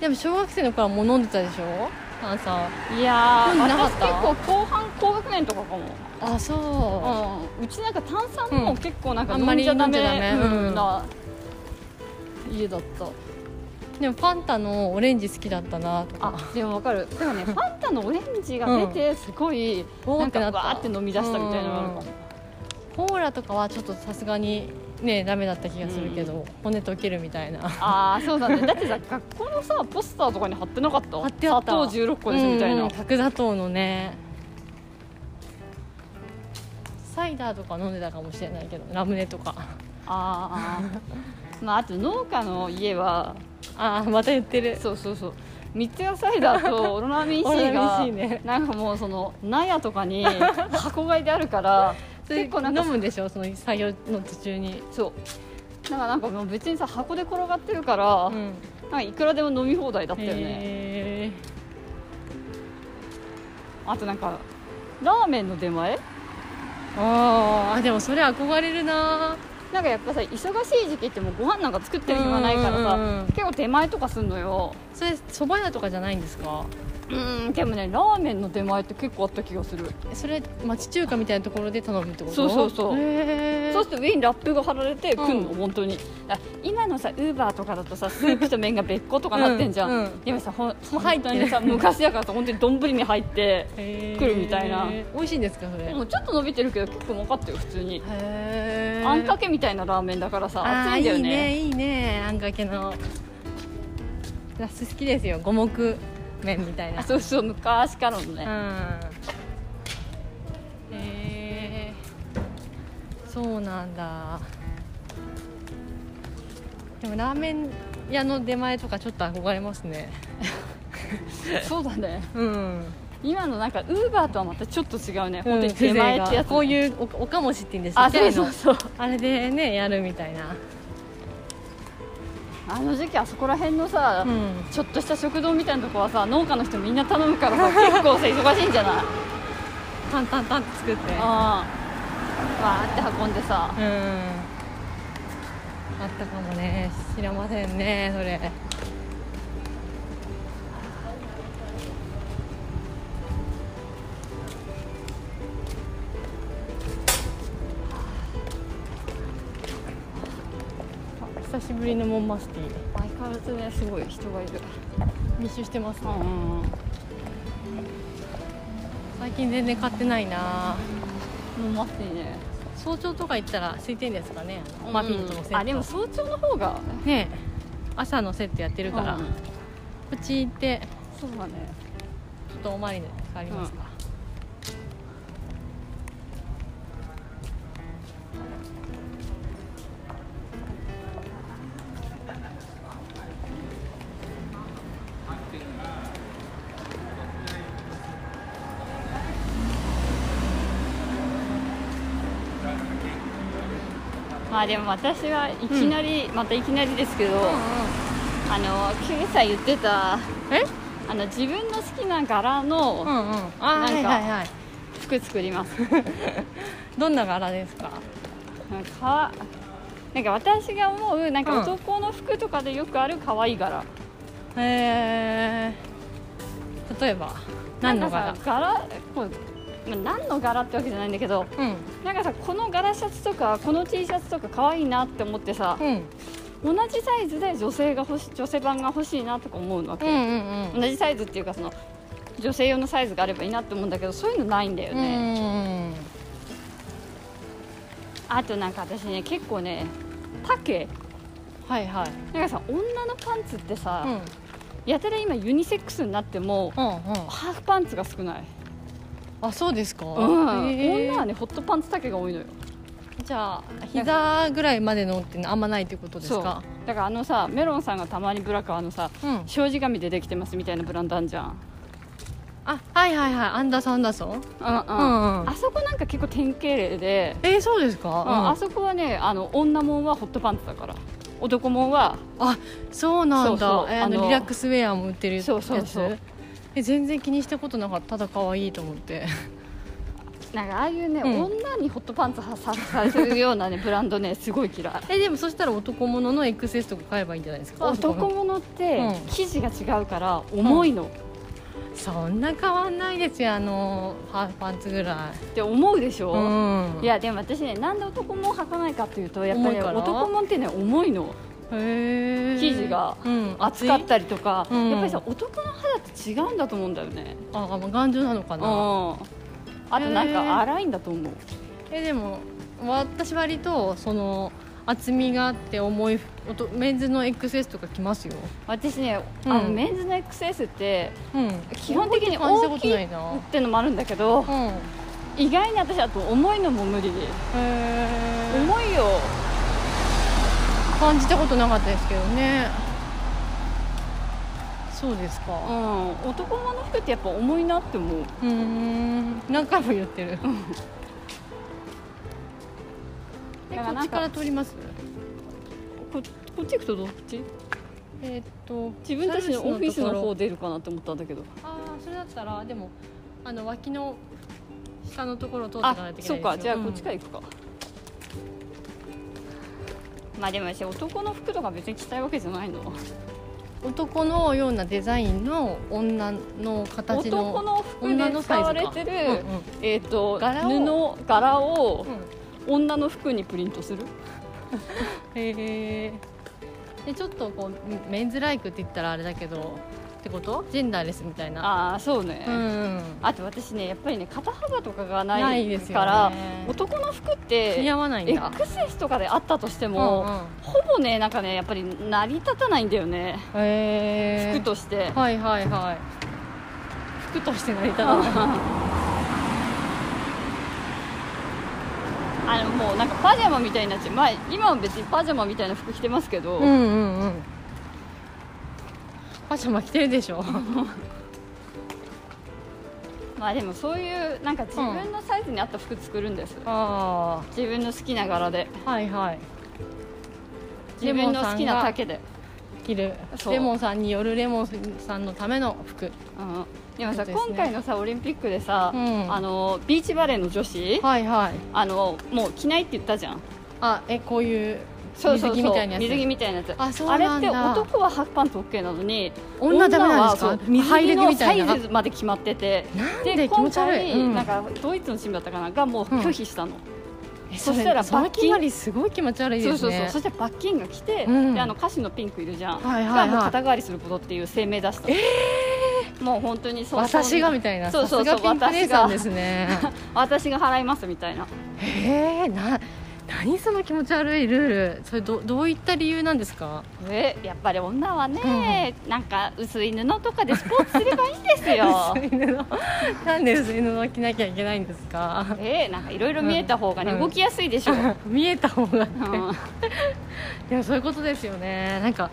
Speaker 2: でも小学生の頃はもう飲んでたでしょ炭酸
Speaker 1: いや
Speaker 2: 飲ん
Speaker 1: ー
Speaker 2: でなかっ
Speaker 1: 私
Speaker 2: た
Speaker 1: 結構後半高学年とかかも
Speaker 2: あそう
Speaker 1: うん、うちなんか炭酸も
Speaker 2: うん
Speaker 1: 結構なんか
Speaker 2: あん
Speaker 1: 飲
Speaker 2: ま
Speaker 1: ん
Speaker 2: り
Speaker 1: じゃダメ
Speaker 2: 飲んじゃダメうん
Speaker 1: うんな家だった
Speaker 2: でもパンタのオレンジ好きだったなとか
Speaker 1: あでもわかるで もねファンタのオレンジが出てすごい、
Speaker 2: おー
Speaker 1: な
Speaker 2: っ
Speaker 1: ん
Speaker 2: て
Speaker 1: か
Speaker 2: な
Speaker 1: わ
Speaker 2: った
Speaker 1: ーって飲み出したみたいなのがあるかも、
Speaker 2: うんコーラとかはちょっとさすがにねダメだった気がするけど、骨溶けるみたいな
Speaker 1: ああそうだねだってさ 学校のさポスターとかに貼ってなかった
Speaker 2: 貼ってあった
Speaker 1: 砂糖16個ですみたいな、
Speaker 2: うん角砂糖のねサイダーとか飲んでたかもしれないけどラムネとか
Speaker 1: ああまああと農家の家は
Speaker 2: ああまた言ってる
Speaker 1: そうそうそう三ツ矢サイダーとオロナミン C
Speaker 2: オロナ
Speaker 1: が
Speaker 2: ミン C ね
Speaker 1: なんかもうその納屋とか に箱買いであるから結構なんか
Speaker 2: 飲むんでしょその作業の途中に、
Speaker 1: そうなんかなんかもう別にさ箱で転がってるから、
Speaker 2: うん、
Speaker 1: なんかいくらでも飲み放題だったよね、
Speaker 2: へー
Speaker 1: あとなんかラーメンの出前
Speaker 2: あーあでもそれ憧れるな
Speaker 1: なんかやっぱさ忙しい時期ってもうご飯なんか作ってる暇ないからさ、
Speaker 2: うんうんうん
Speaker 1: 結構出前とかすんのよ
Speaker 2: それ蕎麦屋とかじゃないんですか
Speaker 1: うんでもねラーメンの出前って結構あった気がする
Speaker 2: それ町中華みたいなところで頼むってこと
Speaker 1: そうそうそう
Speaker 2: へー
Speaker 1: そうすると上にラップが貼られてくんの、
Speaker 2: うん
Speaker 1: 本当にあ今のさウーバーとかだとさスープと麺が別個とかなってんじゃん、
Speaker 2: うんうん
Speaker 1: でもさほん
Speaker 2: う入って
Speaker 1: 本当
Speaker 2: る
Speaker 1: にさ昔やからさ本当に丼に入って
Speaker 2: へー
Speaker 1: 来るみたいな
Speaker 2: 美味しいんですかそれ
Speaker 1: もうちょっと伸びてるけど結構もかったよ普通に
Speaker 2: へー
Speaker 1: あんかけみたいなラーメンだからさ熱いんだよね
Speaker 2: あーいいねいいねあんかけの私好きですよ五目麺みたいな
Speaker 1: あそうそう昔からのね、
Speaker 2: うんへえそうなんだでもラーメン屋の出前とかちょっと憧れますね
Speaker 1: そうだね
Speaker 2: うん
Speaker 1: 今のなんかウーバーとはまたちょっと違うね、本当に
Speaker 2: 風
Speaker 1: 出
Speaker 2: 情
Speaker 1: 前
Speaker 2: が
Speaker 1: ってやつ
Speaker 2: こういうおおかもしって言うんです
Speaker 1: あそうそう
Speaker 2: ちっち
Speaker 1: そう
Speaker 2: ゃいのあれでねやるみたいな
Speaker 1: あの時期あそこら辺のさ、
Speaker 2: うん
Speaker 1: ちょっとした食堂みたいなとこはさ農家の人みんな頼むからさ結構さ忙しいんじゃない
Speaker 2: タンタンタンって作って
Speaker 1: ああわーって運んでさ
Speaker 2: うんあったかもね知らませんねそれ久しぶりのモンマスティ
Speaker 1: 相変わらずねすごい人がいる
Speaker 2: 密集してます、ね
Speaker 1: うんうんうん
Speaker 2: 最近全然買ってないな
Speaker 1: もう待っていいね
Speaker 2: 早朝とか行ったら空いてんですかねマフィンとのセット、
Speaker 1: あでも早朝の方が
Speaker 2: ねえ朝のセットやってるから、
Speaker 1: うん
Speaker 2: こっち行って
Speaker 1: そうだね
Speaker 2: ちょっとおまわりに変わりますか、
Speaker 1: まあでも私はいきなり、またいきなりですけど、あのキュウさん言ってた
Speaker 2: え
Speaker 1: あの自分の好きな柄
Speaker 2: うんう
Speaker 1: の
Speaker 2: んあ
Speaker 1: なんか
Speaker 2: はいはいはい
Speaker 1: 服作ります、
Speaker 2: どんな柄ですか
Speaker 1: なんかかなんか私が思うなん
Speaker 2: うん
Speaker 1: か男の服とかでよくある可愛い柄、
Speaker 2: えー、例えば何
Speaker 1: な
Speaker 2: の柄
Speaker 1: んかさ柄こうまあ何の柄ってわけじゃないんだけど
Speaker 2: うん
Speaker 1: なんかさこの柄シャツとかこの T シャツとか可愛いなって思ってさ、
Speaker 2: うん
Speaker 1: 同じサイズで女性が欲し女性版が欲しいなとか思うわ
Speaker 2: う
Speaker 1: け、
Speaker 2: んうんうん
Speaker 1: 同じサイズっていうかその女性用のサイズがあればいいなって思うんだけどそういうのないんだよ
Speaker 2: う
Speaker 1: ね、
Speaker 2: ん
Speaker 1: あとなんか私ね結構ね丈
Speaker 2: はいはい
Speaker 1: なんかさ女のパンツってさ、
Speaker 2: うんうん
Speaker 1: やたら今ユニセックスになっても
Speaker 2: うん
Speaker 1: ハーフパンツが少ない、
Speaker 2: あそうですか、
Speaker 1: うん
Speaker 2: へー
Speaker 1: 女はねホットパンツ丈が多いのよ
Speaker 2: じゃあ膝ぐらいまでのっていうのはあんまないということですか
Speaker 1: だからあのさメロンさんがたまにブラックあのさ
Speaker 2: う、ん、
Speaker 1: 障子紙でできてますみたいなブランドあんじゃん
Speaker 2: あはいはいはいアンダーソンアンダーソン
Speaker 1: うんうん、
Speaker 2: うんうん
Speaker 1: あそこなんか結構典型例で、
Speaker 2: えー、そうです
Speaker 1: うん
Speaker 2: か
Speaker 1: あ、そこはねあの女もんはホットパンツだから男もんは
Speaker 2: うん、あそうなんだ
Speaker 1: そうそう
Speaker 2: えーあの
Speaker 1: あの
Speaker 2: リラックスウェアも売ってるやつ
Speaker 1: そうそうそう
Speaker 2: え全然気にしたことなかったただ可愛いと思って
Speaker 1: なんかああいうね、
Speaker 2: うん
Speaker 1: 女にホットパンツはささせるような ねブランドねすごい嫌い
Speaker 2: えでもそしたら男物の XS とか買えばいいんじゃないですか
Speaker 1: 男
Speaker 2: の
Speaker 1: 物って
Speaker 2: うん
Speaker 1: 生地が違うから重いの、
Speaker 2: そんな変わんないですよあのハーフパンツぐらい
Speaker 1: って思うでしょ、
Speaker 2: うん
Speaker 1: いやでも私ねなんで男もん履かないかというとやっぱり
Speaker 2: 重いから
Speaker 1: 男もんってね重いの
Speaker 2: へー
Speaker 1: 生地が
Speaker 2: うん
Speaker 1: 厚かったりとか、
Speaker 2: うん
Speaker 1: やっぱりさ男の肌って違うんだと思うんだよね
Speaker 2: あまあ頑丈なのか
Speaker 1: うん
Speaker 2: な
Speaker 1: あとなん
Speaker 2: へ
Speaker 1: か
Speaker 2: ー
Speaker 1: 荒いんだと思う
Speaker 2: えでも私割とその厚みがあって重いおとメンズの XS とか着ますよ、
Speaker 1: 私ね、
Speaker 2: うん
Speaker 1: あのメンズの XS って
Speaker 2: うん、
Speaker 1: 基本的に
Speaker 2: 感じた
Speaker 1: 大
Speaker 2: こ
Speaker 1: き
Speaker 2: と
Speaker 1: い
Speaker 2: な
Speaker 1: っ
Speaker 2: いな
Speaker 1: てのもあるんだけど
Speaker 2: うんへ
Speaker 1: 意外に私あと重いのも無理
Speaker 2: え
Speaker 1: 重いよ
Speaker 2: 感じたことなかったですけどねそうです
Speaker 1: う
Speaker 2: か
Speaker 1: ん男物の服ってやっぱ重いなって思う
Speaker 2: うーん何回も言ってるえ
Speaker 1: だ
Speaker 2: こ
Speaker 1: から
Speaker 2: っ
Speaker 1: なん
Speaker 2: ちか
Speaker 1: から
Speaker 2: 取ります
Speaker 1: ここっち行くとどっち
Speaker 2: えーっと
Speaker 1: 自分たちのオフィスの
Speaker 2: とこ
Speaker 1: 方
Speaker 2: ろ
Speaker 1: 出るかなって思ったんだけど
Speaker 2: ああそれだったらでもあの脇の下のところを通っていかな
Speaker 1: あ
Speaker 2: いといけ
Speaker 1: そう
Speaker 2: ないですよ
Speaker 1: かじゃあこっちから
Speaker 2: ら
Speaker 1: 行くか、まあでも私男の服とか別に着たいわけじゃないの
Speaker 2: 男のようなデザインの女の形の
Speaker 1: 男の服
Speaker 2: 女
Speaker 1: で
Speaker 2: の
Speaker 1: 使
Speaker 2: サイズ
Speaker 1: わ
Speaker 2: か
Speaker 1: れてる、
Speaker 2: うんうん
Speaker 1: えっ、と
Speaker 2: 柄を
Speaker 1: 布柄を
Speaker 2: うん
Speaker 1: 女の服にプリントする
Speaker 2: へえでちょっとこうメンズライクって言ったらあれだけどってことジェンダーレスみたいな
Speaker 1: ああそうね、
Speaker 2: うん
Speaker 1: あと私ねやっぱりね肩幅とかがない
Speaker 2: ないですよね
Speaker 1: から、男の服っ
Speaker 2: 似
Speaker 1: て
Speaker 2: 合わないんだ
Speaker 1: XS とかであったとして
Speaker 2: うん
Speaker 1: も、
Speaker 2: うん
Speaker 1: ほぼねなんかねやっぱり成り立たないんだよね、
Speaker 2: へえ
Speaker 1: 服として、
Speaker 2: はいはいはい服として成り立たない
Speaker 1: あのもうなんかパジャマみたいになっちゃう、まあ、今は別にパジャマみたいな服着てますけど、
Speaker 2: うんうんうんパジャマ着てるでしょ
Speaker 1: まあでもそういうなんか自分のサイズに合った服作るんです、
Speaker 2: あ
Speaker 1: 自分の好きな柄で
Speaker 2: あはいはい
Speaker 1: 自分の好きな丈で、
Speaker 2: 着る
Speaker 1: そう
Speaker 2: レモンさんによるレモンさんのための服
Speaker 1: うん、でもさ
Speaker 2: そうですね
Speaker 1: 今回のさオリンピックでさ、
Speaker 2: うん
Speaker 1: あのビーチバレーの女子、
Speaker 2: はいはい
Speaker 1: あのもう着ないって言ったじゃん
Speaker 2: あえこういう
Speaker 1: そうそ
Speaker 2: 水
Speaker 1: うそう
Speaker 2: 着みたいなやつ
Speaker 1: 水着みたいなやつ
Speaker 2: あそうなんだ
Speaker 1: あれって男はハーフパンツ OK なのに
Speaker 2: 女ダメな
Speaker 1: 女は
Speaker 2: んですか
Speaker 1: そう水
Speaker 2: ハイレ
Speaker 1: 着
Speaker 2: グ
Speaker 1: の
Speaker 2: みた
Speaker 1: サ
Speaker 2: いな
Speaker 1: イズまで決まってて
Speaker 2: なん
Speaker 1: で
Speaker 2: で気持
Speaker 1: 今
Speaker 2: ち悪
Speaker 1: 回、
Speaker 2: い、うん
Speaker 1: なんかドイツのチームだったかながもう拒否したの、
Speaker 2: え
Speaker 1: そ
Speaker 2: そ
Speaker 1: した
Speaker 2: した
Speaker 1: ら
Speaker 2: らその
Speaker 1: 罰金
Speaker 2: 決まりすごい気持ち悪い
Speaker 1: そう
Speaker 2: です
Speaker 1: そうそう
Speaker 2: ね
Speaker 1: そして罰金が来て、
Speaker 2: うん
Speaker 1: であの歌手のピンクいるじゃん、
Speaker 2: はいはいはい
Speaker 1: がもう肩代わりすることっていう声明出したの、もう本当にそう
Speaker 2: 私が
Speaker 1: そう
Speaker 2: みたいな
Speaker 1: そうそうそう
Speaker 2: さすがピンク姉さんですね
Speaker 1: 私が払いますみたいな
Speaker 2: えー、な何その気持ち悪いルールそれどどういった理由なんですか
Speaker 1: えやっぱり女はね、なんか薄い布とかでスポーツすればいいんです よ
Speaker 2: 薄い布なんで薄い布を着なきゃいけないんですか
Speaker 1: えなんかいろいろ見えた方がね、
Speaker 2: うん
Speaker 1: 動きやすいでしょ、うん
Speaker 2: 見えた方がでもそういうことですよねなんか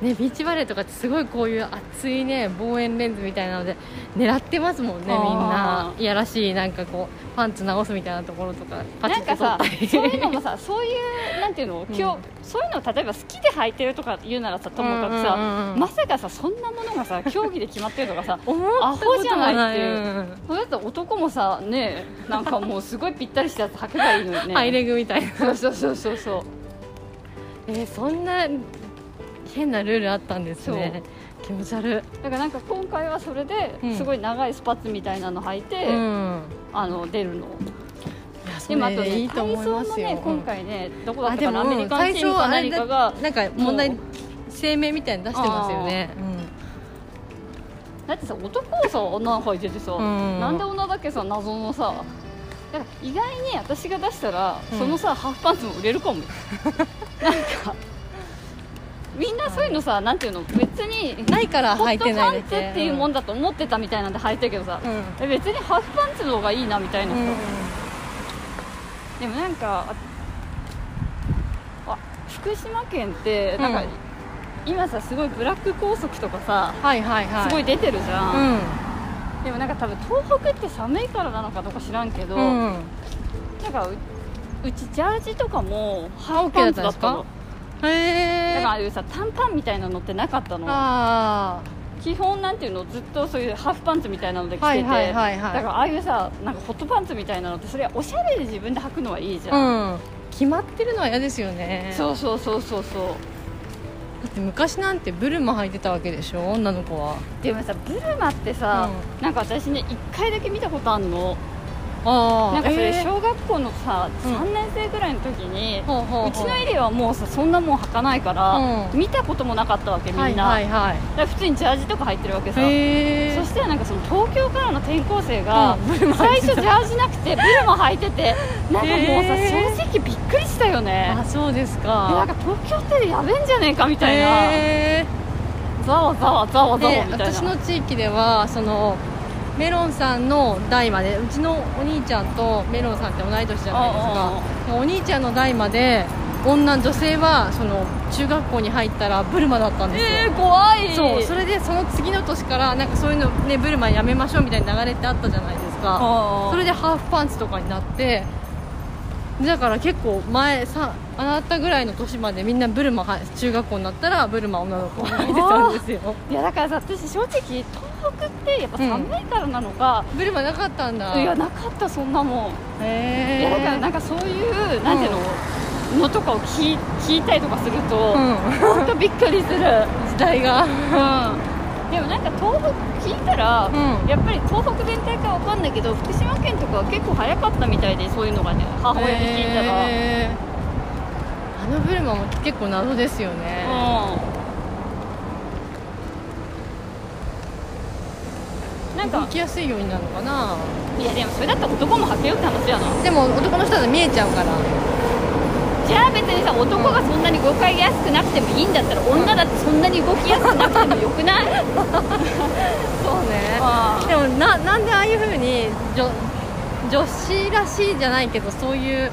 Speaker 2: ねビーチバレーとかってすごいこういう熱いね望遠レンズみたいなので狙ってますもんねみんな
Speaker 1: あ
Speaker 2: いやらしいなんかこうパンツ直すみたいなところとかパチ
Speaker 1: な
Speaker 2: ッ
Speaker 1: んか
Speaker 2: と撮っ
Speaker 1: さ
Speaker 2: たり
Speaker 1: そういうのも さそういうなんていうの今日、そういうのを例えば好きで履いてるとか言うならさともかくさ、
Speaker 2: うんうんうんうん
Speaker 1: まさかさそんなものがさ競技で決まってるとかさ
Speaker 2: 思ったことも
Speaker 1: アホじゃな
Speaker 2: な
Speaker 1: っ
Speaker 2: いい
Speaker 1: ていう
Speaker 2: うん
Speaker 1: そうやったら男もさねなんかもうすごいぴったりしたやつ履けばいいのに ね
Speaker 2: ハイレグみたいな
Speaker 1: そうそうそうそうそう
Speaker 2: えーそんな変なルールあったんですね気持ち悪い、
Speaker 1: だからなんか今回はそれで
Speaker 2: うん
Speaker 1: すごい長いスパッツみたいなの履いて、
Speaker 2: うん
Speaker 1: あの出るの
Speaker 2: いやそ
Speaker 1: でもあと
Speaker 2: れ
Speaker 1: ね
Speaker 2: いいと思い
Speaker 1: 体
Speaker 2: ま
Speaker 1: 操も
Speaker 2: すよ、
Speaker 1: ね今
Speaker 2: うん
Speaker 1: 回ねどこだっ
Speaker 2: あ
Speaker 1: た
Speaker 2: で
Speaker 1: かな
Speaker 2: も
Speaker 1: アメリカン
Speaker 2: 最
Speaker 1: チ
Speaker 2: 初
Speaker 1: ームか
Speaker 2: はあ
Speaker 1: 何
Speaker 2: れ
Speaker 1: か
Speaker 2: だ
Speaker 1: が
Speaker 2: なんか問題声明みたいに出してますよね、うん
Speaker 1: だってさ男はさ女の子いててさ、
Speaker 2: うん
Speaker 1: なんで女だけさ謎のさだから意外に私が出したら、
Speaker 2: うん
Speaker 1: そのさハーフパンツも売れるかも なんかみんなそういうのさ、なんていうの別に
Speaker 2: ないから
Speaker 1: ホ
Speaker 2: 履
Speaker 1: ッ
Speaker 2: い
Speaker 1: ト
Speaker 2: て
Speaker 1: パ
Speaker 2: ない
Speaker 1: ン
Speaker 2: だ
Speaker 1: ツ
Speaker 2: け
Speaker 1: っていうもんだと思ってたみたいなんで履いてるけどさ
Speaker 2: う、ん
Speaker 1: え別にハーフパンツの方がいいなみたいな
Speaker 2: う
Speaker 1: さ、
Speaker 2: んうん
Speaker 1: でもなんか福島県ってなんか、
Speaker 2: うん
Speaker 1: 今さすごいブラック高速とかさ
Speaker 2: はいはいは
Speaker 1: す
Speaker 2: い
Speaker 1: ごい出てるじゃ、
Speaker 2: うんん
Speaker 1: でもなんか多分東北って寒いからなのかどうか知らんけど、
Speaker 2: うん
Speaker 1: なんかううちジャージとかもハーフ
Speaker 2: オ
Speaker 1: パ
Speaker 2: ッ
Speaker 1: ン
Speaker 2: ケ
Speaker 1: ツだ
Speaker 2: ーだ
Speaker 1: っ
Speaker 2: った
Speaker 1: た
Speaker 2: ん
Speaker 1: の
Speaker 2: です
Speaker 1: だ
Speaker 2: へ
Speaker 1: からああ
Speaker 2: ー
Speaker 1: いうさ短パンみたいなのってなかったの
Speaker 2: あ
Speaker 1: 基本なんていうのずっとそういうハーフパンツみたいなので着てて、
Speaker 2: はいはいはいはい
Speaker 1: だからああいうさなんかホットパンツみたいなのってそれはおしゃれで自分で履くのはいいじゃん、
Speaker 2: あうん決まってるのは嫌ですよね
Speaker 1: そうそうそうそうそう
Speaker 2: だって昔なんてブルマ履いてたわけでしょ女の子は
Speaker 1: でもさブルマってさ、なんか私ね1回だけ見たことあるの
Speaker 2: ああ
Speaker 1: なんかそれ
Speaker 2: えー
Speaker 1: 小学校のさ、
Speaker 2: うん
Speaker 1: 3年生ぐらいの時に、
Speaker 2: ほうほう
Speaker 1: うちのエリアはもうさそんなもん履かないから、
Speaker 2: う
Speaker 1: 見たこともなかったわけみんな、
Speaker 2: はいはいは
Speaker 1: だから普通にジャージとか入ってるわけ
Speaker 2: い
Speaker 1: さ、
Speaker 2: へえ
Speaker 1: そしたらなんかその東京からの転校生が、
Speaker 2: うんブルマ
Speaker 1: 最初ジャージなくてブルマ履いててなんかもうさ、
Speaker 2: へー
Speaker 1: 正直びっくりしたよね
Speaker 2: あそうです
Speaker 1: えなんか
Speaker 2: か
Speaker 1: 東京ってやべえんじゃねえかみたいな
Speaker 2: へ
Speaker 1: ざわざわざわ
Speaker 2: ー
Speaker 1: ざわ
Speaker 2: で
Speaker 1: みたいな
Speaker 2: 私の地域ではそのメロンさんの代までうちのお兄ちゃんとメロンさんって同い年じゃないです
Speaker 1: うんうん
Speaker 2: かお兄ちゃんの代まで女女性はその中学校に入ったらブルマだったんですよ、
Speaker 1: えー、怖い
Speaker 2: そうそ
Speaker 1: れ
Speaker 2: れでその次の年からなんかそういうの、ね、ブルマやめましょうみたいな流れってあったじゃないですかそれでハーフパンツとかになってだから結構前さあなたぐらいの年までみんなブルマは中学校になったらブルマ女の子が履いてたんですよ
Speaker 1: いやだからさ私正直東北ってやっぱ寒いからなのか、
Speaker 2: ブルマなかったんだ
Speaker 1: いやなかったそんなもん
Speaker 2: へ
Speaker 1: いやだから
Speaker 2: え
Speaker 1: なんかそういうなんていうの、のとかを聞い聞いたりとかすると、
Speaker 2: う
Speaker 1: 本当びっくりする、うん、で
Speaker 2: ん時代が
Speaker 1: もなんか東北聞いたら、
Speaker 2: うん
Speaker 1: やっぱり東北全体かわかんないけど福島県とかは結構早かったみたいでそういうのがね母親に聞いたら、
Speaker 2: へーあのブルマも結構謎ですよね
Speaker 1: うんなん
Speaker 2: 行
Speaker 1: か
Speaker 2: きやすいようになるのかない
Speaker 1: やでもそれだったら男も履けよって話やな
Speaker 2: でも男の人は見えちゃうから
Speaker 1: じゃあ別にさ男がそんなに動きやすくなくてもいいんだったら女だってそんなに動きやすくなくてもよくない
Speaker 2: そうね
Speaker 1: あー
Speaker 2: でもななんでああいう風に女女子らしいじゃないけどそういう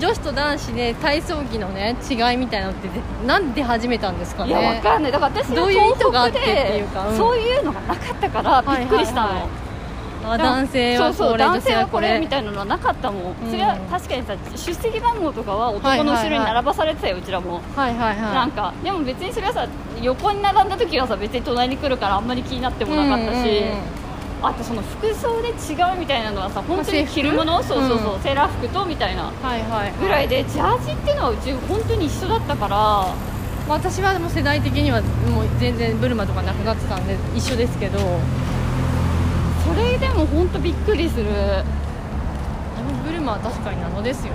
Speaker 2: 女子と男子で体操着のね違いみたいなのってでなんで始めたんですか
Speaker 1: い
Speaker 2: ね
Speaker 1: やわかんないだから私
Speaker 2: ど
Speaker 1: は
Speaker 2: ういう意
Speaker 1: 東
Speaker 2: 図があっ
Speaker 1: 北
Speaker 2: てってい
Speaker 1: で
Speaker 2: うかうん
Speaker 1: そういうのがなかったからびっくりしたの、
Speaker 2: はいはいはいあ男性は
Speaker 1: そうそ
Speaker 2: こ
Speaker 1: う
Speaker 2: れ
Speaker 1: 男
Speaker 2: 女性
Speaker 1: 性
Speaker 2: は
Speaker 1: は
Speaker 2: こ
Speaker 1: こ
Speaker 2: れ
Speaker 1: れみたいなのはなかったもん、
Speaker 2: うん
Speaker 1: それは確かにさ出席番号とかは男の後ろに並ばされてたよ、うちらも
Speaker 2: はいはいはい
Speaker 1: なんかでも別にそれはさ横に並んだ時はさ別に隣に来るからあんまり気になってもなかったし、
Speaker 2: うんうんうん
Speaker 1: あとその服装で違うみたいなのはさ本当
Speaker 2: 制
Speaker 1: に
Speaker 2: 服
Speaker 1: 着るものそうそうそう、
Speaker 2: うん
Speaker 1: セーラー服とみたいな
Speaker 2: はいはい
Speaker 1: ぐらいでジャージっていうのはうち本当に一緒だったから
Speaker 2: まあ私はでも世代的にはもう全然ブルマとかなくなってたんで一緒ですけど
Speaker 1: それでも本当びっくりするうん
Speaker 2: でもブルマは確かになのですよね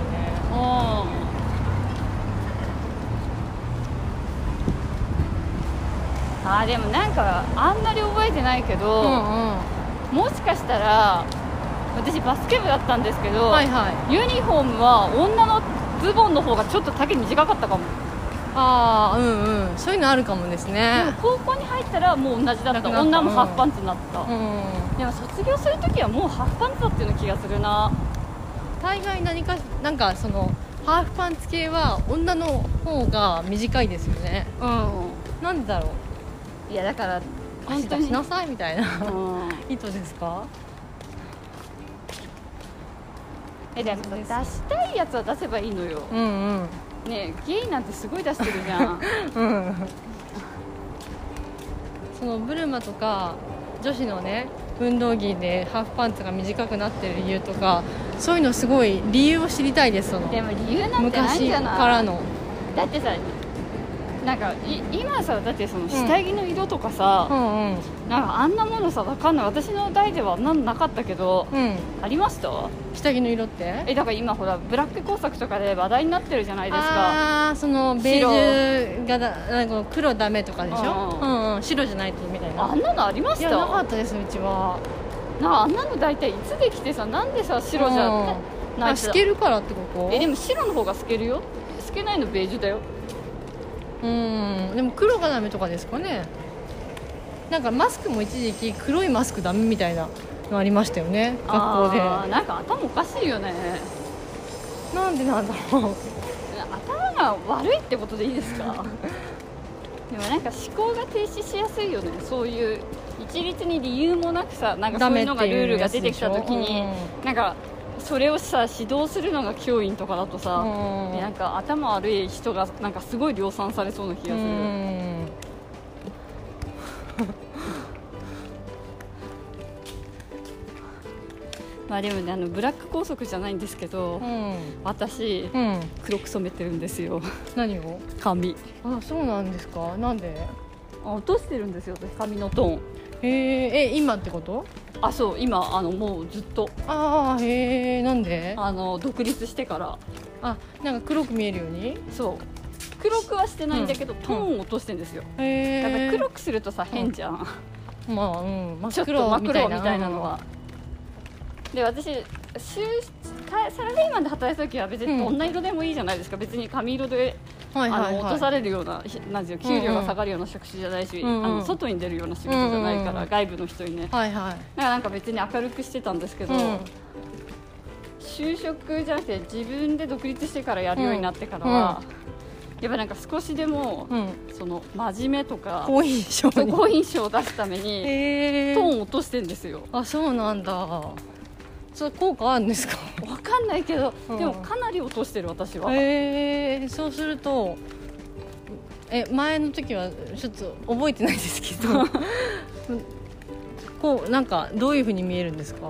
Speaker 1: あーでもなんかあんまり覚えてないけ
Speaker 2: う
Speaker 1: ど、
Speaker 2: んうんは
Speaker 1: もしかしたら私バスケ部だったんですけど、
Speaker 2: いはい
Speaker 1: ユニフォームは女のズボンの方がちょっと丈短かったかも
Speaker 2: ああうんうんそういうのあるかもです
Speaker 1: で
Speaker 2: ね
Speaker 1: も高校に入ったらもう同じだった
Speaker 2: なくなった
Speaker 1: 女も
Speaker 2: うん
Speaker 1: ハーフパンツになった、
Speaker 2: うん
Speaker 1: でも卒業するときはもうハーフパンツだっていうの気がするな
Speaker 2: 大概何かしなんかそのハーフパンツ系は女の方が短いですよね
Speaker 1: う
Speaker 2: なんでだろうん
Speaker 1: いやだから
Speaker 2: 足
Speaker 1: 本当
Speaker 2: 出
Speaker 1: に
Speaker 2: しなさいみたいな
Speaker 1: うん
Speaker 2: 意図ですか
Speaker 1: えでもさ出したいやつは出せばいいのよ
Speaker 2: うんうん
Speaker 1: ねえゲイなんてすごい出してるじ ゃん
Speaker 2: うんそのブルマとか女子のね運動着でハーフパンツが短くなってる理由とかそういうのすごい理由を知りたいですその
Speaker 1: でも理由なんてないん
Speaker 2: 昔
Speaker 1: じ
Speaker 2: か
Speaker 1: ゃない
Speaker 2: らの
Speaker 1: だってさなんかい今さだってその下着の色とかさ、
Speaker 2: うんうん
Speaker 1: なんかあんなものさわかんない私の代ではあんなのなかったけど、
Speaker 2: うん
Speaker 1: ありました
Speaker 2: 下着の色って
Speaker 1: えだから今ほらブラック工作とかで話題になってるじゃないですか
Speaker 2: ああーそのベージュがだなんか黒ダメとかでしょ、う
Speaker 1: うんん
Speaker 2: うん白じゃないとみたいな
Speaker 1: あんなのありま
Speaker 2: い
Speaker 1: し
Speaker 2: や
Speaker 1: た
Speaker 2: なかったですうちは
Speaker 1: なんかあんなの大体いつできてさなんでさ白じゃ
Speaker 2: うん
Speaker 1: なない
Speaker 2: あ
Speaker 1: し
Speaker 2: 透けるからってこと
Speaker 1: えでも白の方が透けるよ透けないのベージュだよ
Speaker 2: うんでも黒がダメとかですかねなんかマスクも一時期黒いマスクダメみたいなのありましたよね学校で
Speaker 1: あーなんか頭おかしいよね
Speaker 2: なんでなんだろう
Speaker 1: 頭がが悪いってことでいいです かでもなんか思考が停止しやすいよねそういう一律に理由もなくさなんかそういうのがルールが出てきた時に、なんかそれをさ指導するのが教員とかだとさ、
Speaker 2: うん
Speaker 1: なんか頭悪い人がなんかすごい量産されそうな気
Speaker 2: う
Speaker 1: がする、
Speaker 2: ん
Speaker 1: まあでもねあのブラック拘束じゃないんですけど、
Speaker 2: うん
Speaker 1: 私
Speaker 2: うん
Speaker 1: 黒く染めてるんです よ
Speaker 2: 何を
Speaker 1: 髪
Speaker 2: あそうなんですかなんで
Speaker 1: あ落としてるんですよ私髪のトーン
Speaker 2: へーえ今ってこと
Speaker 1: あそう今あのもうずっと
Speaker 2: ああへえなんで
Speaker 1: あの独立してから
Speaker 2: あなんか黒く見えるように
Speaker 1: そう黒くはしてないんだけど、トーンを落としてんですよ
Speaker 2: へ
Speaker 1: だ
Speaker 2: え
Speaker 1: から黒くするとさ変じゃん、
Speaker 2: まあうん 真
Speaker 1: ちょ
Speaker 2: っ
Speaker 1: っと
Speaker 2: 黒
Speaker 1: 真っ
Speaker 2: みたい
Speaker 1: 黒
Speaker 2: な
Speaker 1: みたいなのは、で私週かサラリーマンで働いた時は別に
Speaker 2: う
Speaker 1: ど
Speaker 2: ん
Speaker 1: んな色でもいいじゃないですか、別に髪色で、
Speaker 2: はいはい
Speaker 1: あの
Speaker 2: はい
Speaker 1: 落とされるようなひなんですよ給料が下がるような職種じゃないし、
Speaker 2: うんうん
Speaker 1: あの外に出るような仕事じゃないから、
Speaker 2: うんうん
Speaker 1: 外部の人にね
Speaker 2: はいはい
Speaker 1: だからなんか別に明るくしてたんですけど、
Speaker 2: うん
Speaker 1: 就職じゃなくて自分で独立してからやるようになってからは、やっぱなんか少しでも、
Speaker 2: うん
Speaker 1: その真面目とか
Speaker 2: 好印象
Speaker 1: 自
Speaker 2: に
Speaker 1: 己印象を出すために
Speaker 2: へ
Speaker 1: ト
Speaker 2: え
Speaker 1: ーン落としてんですよ
Speaker 2: あそうなんだそれ効果あるんですか
Speaker 1: わかんないけど、
Speaker 2: うん
Speaker 1: でもかなり落としてる私は、
Speaker 2: へえそうするとえ前の時はちょっと覚えてないですけ どこうなんかどういうふうに見えるんですか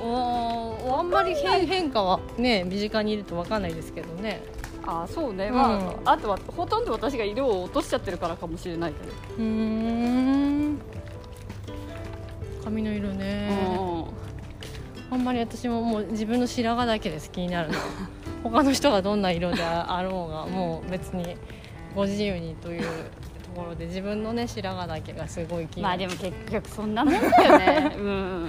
Speaker 1: おーあ
Speaker 2: あ
Speaker 1: ん
Speaker 2: ん
Speaker 1: ま
Speaker 2: ま
Speaker 1: り
Speaker 2: り変変化はね身近にいるとわかんないですけどね
Speaker 1: あそうね、まあ
Speaker 2: うん
Speaker 1: あとはほとんど私が色を落としちゃってるからかもしれないけど、
Speaker 2: うーん髪の色ね
Speaker 1: うん
Speaker 2: あんまり私ももう自分の白髪だけです気に なるの他の人がどんな色であろうがもう別にご自由にというところで自分のね白髪だけがすごい気に
Speaker 1: ま
Speaker 2: な
Speaker 1: あ
Speaker 2: る
Speaker 1: でも結局そんなもんだよ ねうん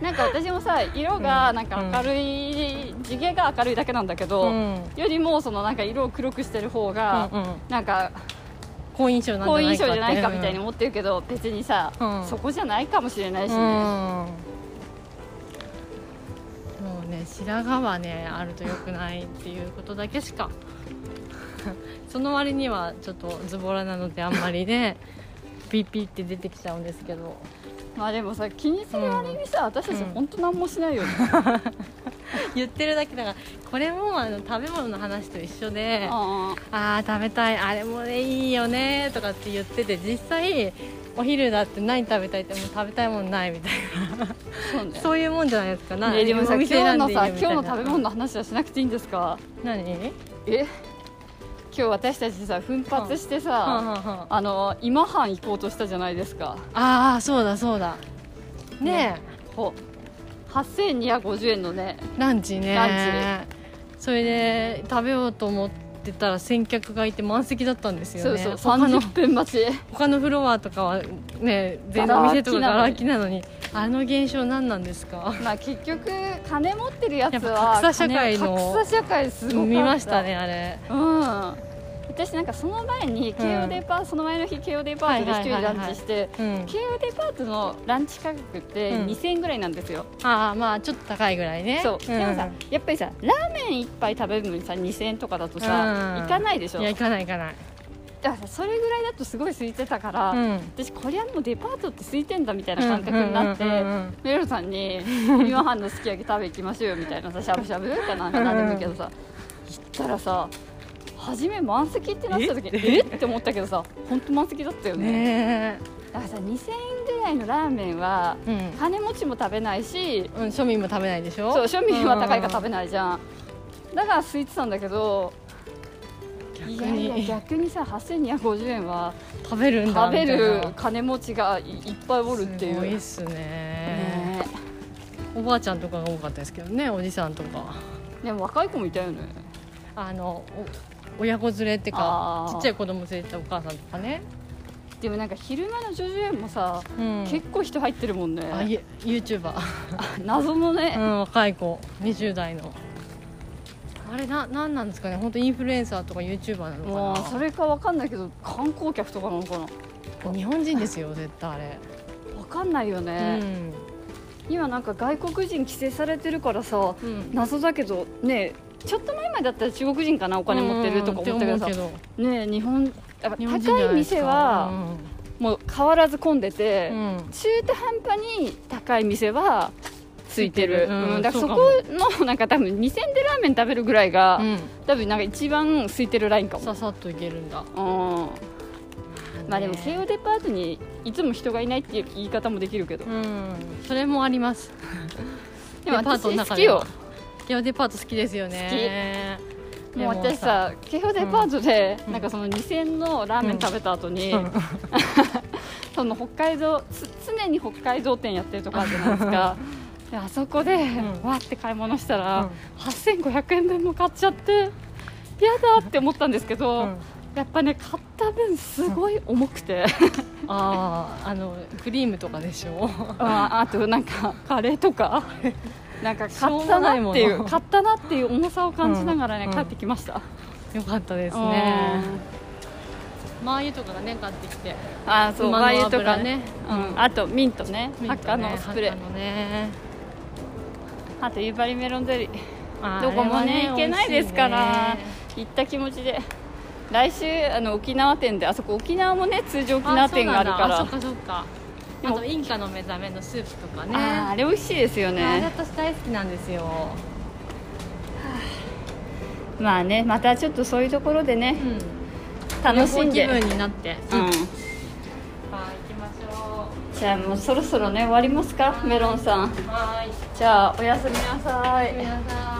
Speaker 1: なんか私もさ色がなんか明るい、地毛が明るいだけなんだけど、
Speaker 2: うん
Speaker 1: よりもそのなんか色を黒くしてる方が、
Speaker 2: うんうん
Speaker 1: なんか
Speaker 2: 好印象なんじ
Speaker 1: 好
Speaker 2: ゃな
Speaker 1: 印
Speaker 2: いか
Speaker 1: 象
Speaker 2: って
Speaker 1: じゃないかみたいに思ってるけど別にさ、
Speaker 2: うん
Speaker 1: そこじゃないかもしれないしね、
Speaker 2: うんもうね白髪はねあると良くないっていうことだけしか その割にはちょっとズボラなのであんまりねピーピーって出てきちゃうんですけど
Speaker 1: まあでもさ気にする割にさ、私たち本当何もし ないよね、
Speaker 2: 言ってるだけだからこれもあの食べ物の話と一緒で
Speaker 1: あー
Speaker 2: あー食べたいあれもねいいよねとかって言ってて実際お昼だって何食べたいってもう食べたいもんないみたい
Speaker 1: そうね
Speaker 2: なそういうもんじゃないですかな
Speaker 1: ねでもさ
Speaker 2: お
Speaker 1: 今
Speaker 2: 店
Speaker 1: 日のさ
Speaker 2: 選
Speaker 1: 今
Speaker 2: んでいい
Speaker 1: 日
Speaker 2: よみ
Speaker 1: の
Speaker 2: た
Speaker 1: 食
Speaker 2: いな
Speaker 1: べ物の話はしなくていいんですか
Speaker 2: 何
Speaker 1: え今日私たちさ奮発してさ、
Speaker 2: はんはんはん
Speaker 1: あの今半行こうとしたじゃないですか
Speaker 2: ああそうだそうだね
Speaker 1: ほ8250円のね
Speaker 2: えランチね
Speaker 1: ラ
Speaker 2: それで食べようと思ってたら先客がいて満席だったんですよ
Speaker 1: そう
Speaker 2: ね
Speaker 1: そう
Speaker 2: 他の
Speaker 1: 30分待ち
Speaker 2: 他のフロアとかはね全
Speaker 1: ガラ
Speaker 2: 然
Speaker 1: 空き
Speaker 2: 店とかガラ空きなのにあの現象何なんですか
Speaker 1: まあ結局金持ってるやつ
Speaker 2: やっ
Speaker 1: は
Speaker 2: ぱ格差社会の
Speaker 1: 金格差社会すごかった
Speaker 2: 見ましたねあれ
Speaker 1: うん私なんかその前に京王デパート、その前の日京王デパートで一人
Speaker 2: はいは
Speaker 1: ラ
Speaker 2: いはいはい
Speaker 1: ンチして
Speaker 2: うん
Speaker 1: 京王デパートのランチ価格って
Speaker 2: うん
Speaker 1: 2000円ぐらいなんですよ、
Speaker 2: ああまあちょっと高いぐらいね
Speaker 1: そう、でもさ
Speaker 2: ん
Speaker 1: やっぱりさラーメン一杯食べるのにさ2000円とかだとさ、
Speaker 2: うん
Speaker 1: 行かないでしょ
Speaker 2: いや行かない行かない
Speaker 1: だからさそれぐらいだとすごい空いてたから、
Speaker 2: うん
Speaker 1: 私こりゃもうデパートって空いてんだみたいな感覚になって、
Speaker 2: うんうんうんうん
Speaker 1: メロさん に「今半のすき焼き食べ行きましょうよ」みたいなさしゃぶしゃぶかなんかなんでもいいけどさ行ったらさ初め満席ってなってた時えって思ったけどさ本当満席だったよね
Speaker 2: ね
Speaker 1: だからさ2000円ぐらいのラーメンは
Speaker 2: えうん
Speaker 1: 金持ちも食べないし
Speaker 2: うん庶民も食べないでしょ
Speaker 1: そう庶民は高いから食べないじゃんだから空いてたんだけどいやいや逆にさ8250円は
Speaker 2: 食べる
Speaker 1: 食
Speaker 2: んだみた
Speaker 1: べ
Speaker 2: いな
Speaker 1: る金持ちがいいっぱいおるってい
Speaker 2: すごいっ
Speaker 1: う。
Speaker 2: すね
Speaker 1: ね
Speaker 2: おばあちゃんとかが多かったですけどねおじさんとか
Speaker 1: でも若い子もいたよね
Speaker 2: あのお親子連れって
Speaker 1: あ
Speaker 2: か
Speaker 1: ー
Speaker 2: ちっちゃい子供連れてたお母さんとかね、
Speaker 1: でもなんか昼間の叙々苑もさ、
Speaker 2: うん、
Speaker 1: 結構人入ってるもんね
Speaker 2: あユ YouTuber、
Speaker 1: 謎の
Speaker 2: う
Speaker 1: ね、
Speaker 2: ん、若い子20代のあれななんなんですかね本当インフルエンサーとか YouTuber な
Speaker 1: も
Speaker 2: の
Speaker 1: う
Speaker 2: か
Speaker 1: それかわかんないけど観光客とかなのかな
Speaker 2: な日本人ですよ絶対あれ、
Speaker 1: わかんないよね、今なんか外国人規制されてるからさ
Speaker 2: うんうん、
Speaker 1: 謎だけどねちょっと前までだったら中国人かなお金持ってるとか思ったけどさ
Speaker 2: うんって思う
Speaker 1: ねえ日本やっぱ
Speaker 2: 日本人じゃ
Speaker 1: 高
Speaker 2: ないですか
Speaker 1: 店はもう変わらず混んでて、
Speaker 2: うんうん
Speaker 1: 中途半端に高い店はついてる、
Speaker 2: ついてるうん
Speaker 1: うんだから
Speaker 2: そ
Speaker 1: そう
Speaker 2: か
Speaker 1: こ
Speaker 2: も
Speaker 1: のなんか多分2000でラーメン食べるぐらいが、
Speaker 2: うん
Speaker 1: 多分なんか一番空いてるラインかも
Speaker 2: ささっといけるんだ
Speaker 1: うんまあでも
Speaker 2: ね
Speaker 1: 京王デパートにいつも人がいないっていう言い方もできるけど、
Speaker 2: うんそれもあります
Speaker 1: でも
Speaker 2: デパートの
Speaker 1: 私好
Speaker 2: 中
Speaker 1: き
Speaker 2: では
Speaker 1: よ
Speaker 2: いやデパート好きですよねで
Speaker 1: もう私さ京王デパートで、
Speaker 2: うん
Speaker 1: なんかその2000のラーメン食べた後に、
Speaker 2: うん
Speaker 1: その北海道つ常に北海道店やってるとこあるじゃないですかであそこで、
Speaker 2: ん
Speaker 1: わって買い物したら、
Speaker 2: うん
Speaker 1: 8500円分も買っちゃってやだって思ったんですけど、
Speaker 2: うん
Speaker 1: やっぱね買った分すごい重くて、
Speaker 2: あああのクリームとかでしょ
Speaker 1: ああとなんかカレーと かなんか買っ
Speaker 2: しょうが
Speaker 1: た
Speaker 2: ない
Speaker 1: な
Speaker 2: も
Speaker 1: っ
Speaker 2: の
Speaker 1: ていう買ったなっていう重さを感じながらね、
Speaker 2: うん
Speaker 1: 帰ってきました、
Speaker 2: よかったです
Speaker 1: ね
Speaker 2: ねマー油とかがね買ってきて
Speaker 1: あーそう
Speaker 2: 馬の
Speaker 1: マ
Speaker 2: 油
Speaker 1: 油とかね、うん、あとミントねハッカーのスプレー、
Speaker 2: ミントねハッカのね
Speaker 1: あと夕張メロンゼリー
Speaker 2: あー
Speaker 1: どこもね
Speaker 2: あれは
Speaker 1: 行けないですから
Speaker 2: 美味しいね
Speaker 1: 行った気持ちで来週あの沖縄店であそこ沖縄もね通常沖縄店があるから
Speaker 2: あ
Speaker 1: あ
Speaker 2: そうなんだあそっかそっかあとインカの目覚めのスープとかね
Speaker 1: ーあれ美味しいですよ
Speaker 2: あれ
Speaker 1: ね
Speaker 2: 私大好きなんですよ
Speaker 1: まあねまたちょっとそういうところでね
Speaker 2: うん
Speaker 1: 楽しんで
Speaker 2: 旅行気分になって
Speaker 1: うん
Speaker 2: はい行きましょ
Speaker 1: じゃあもうそろそろね終わりますかメロンさん
Speaker 2: うはーい
Speaker 1: じゃあおやすみなさい
Speaker 2: 皆さん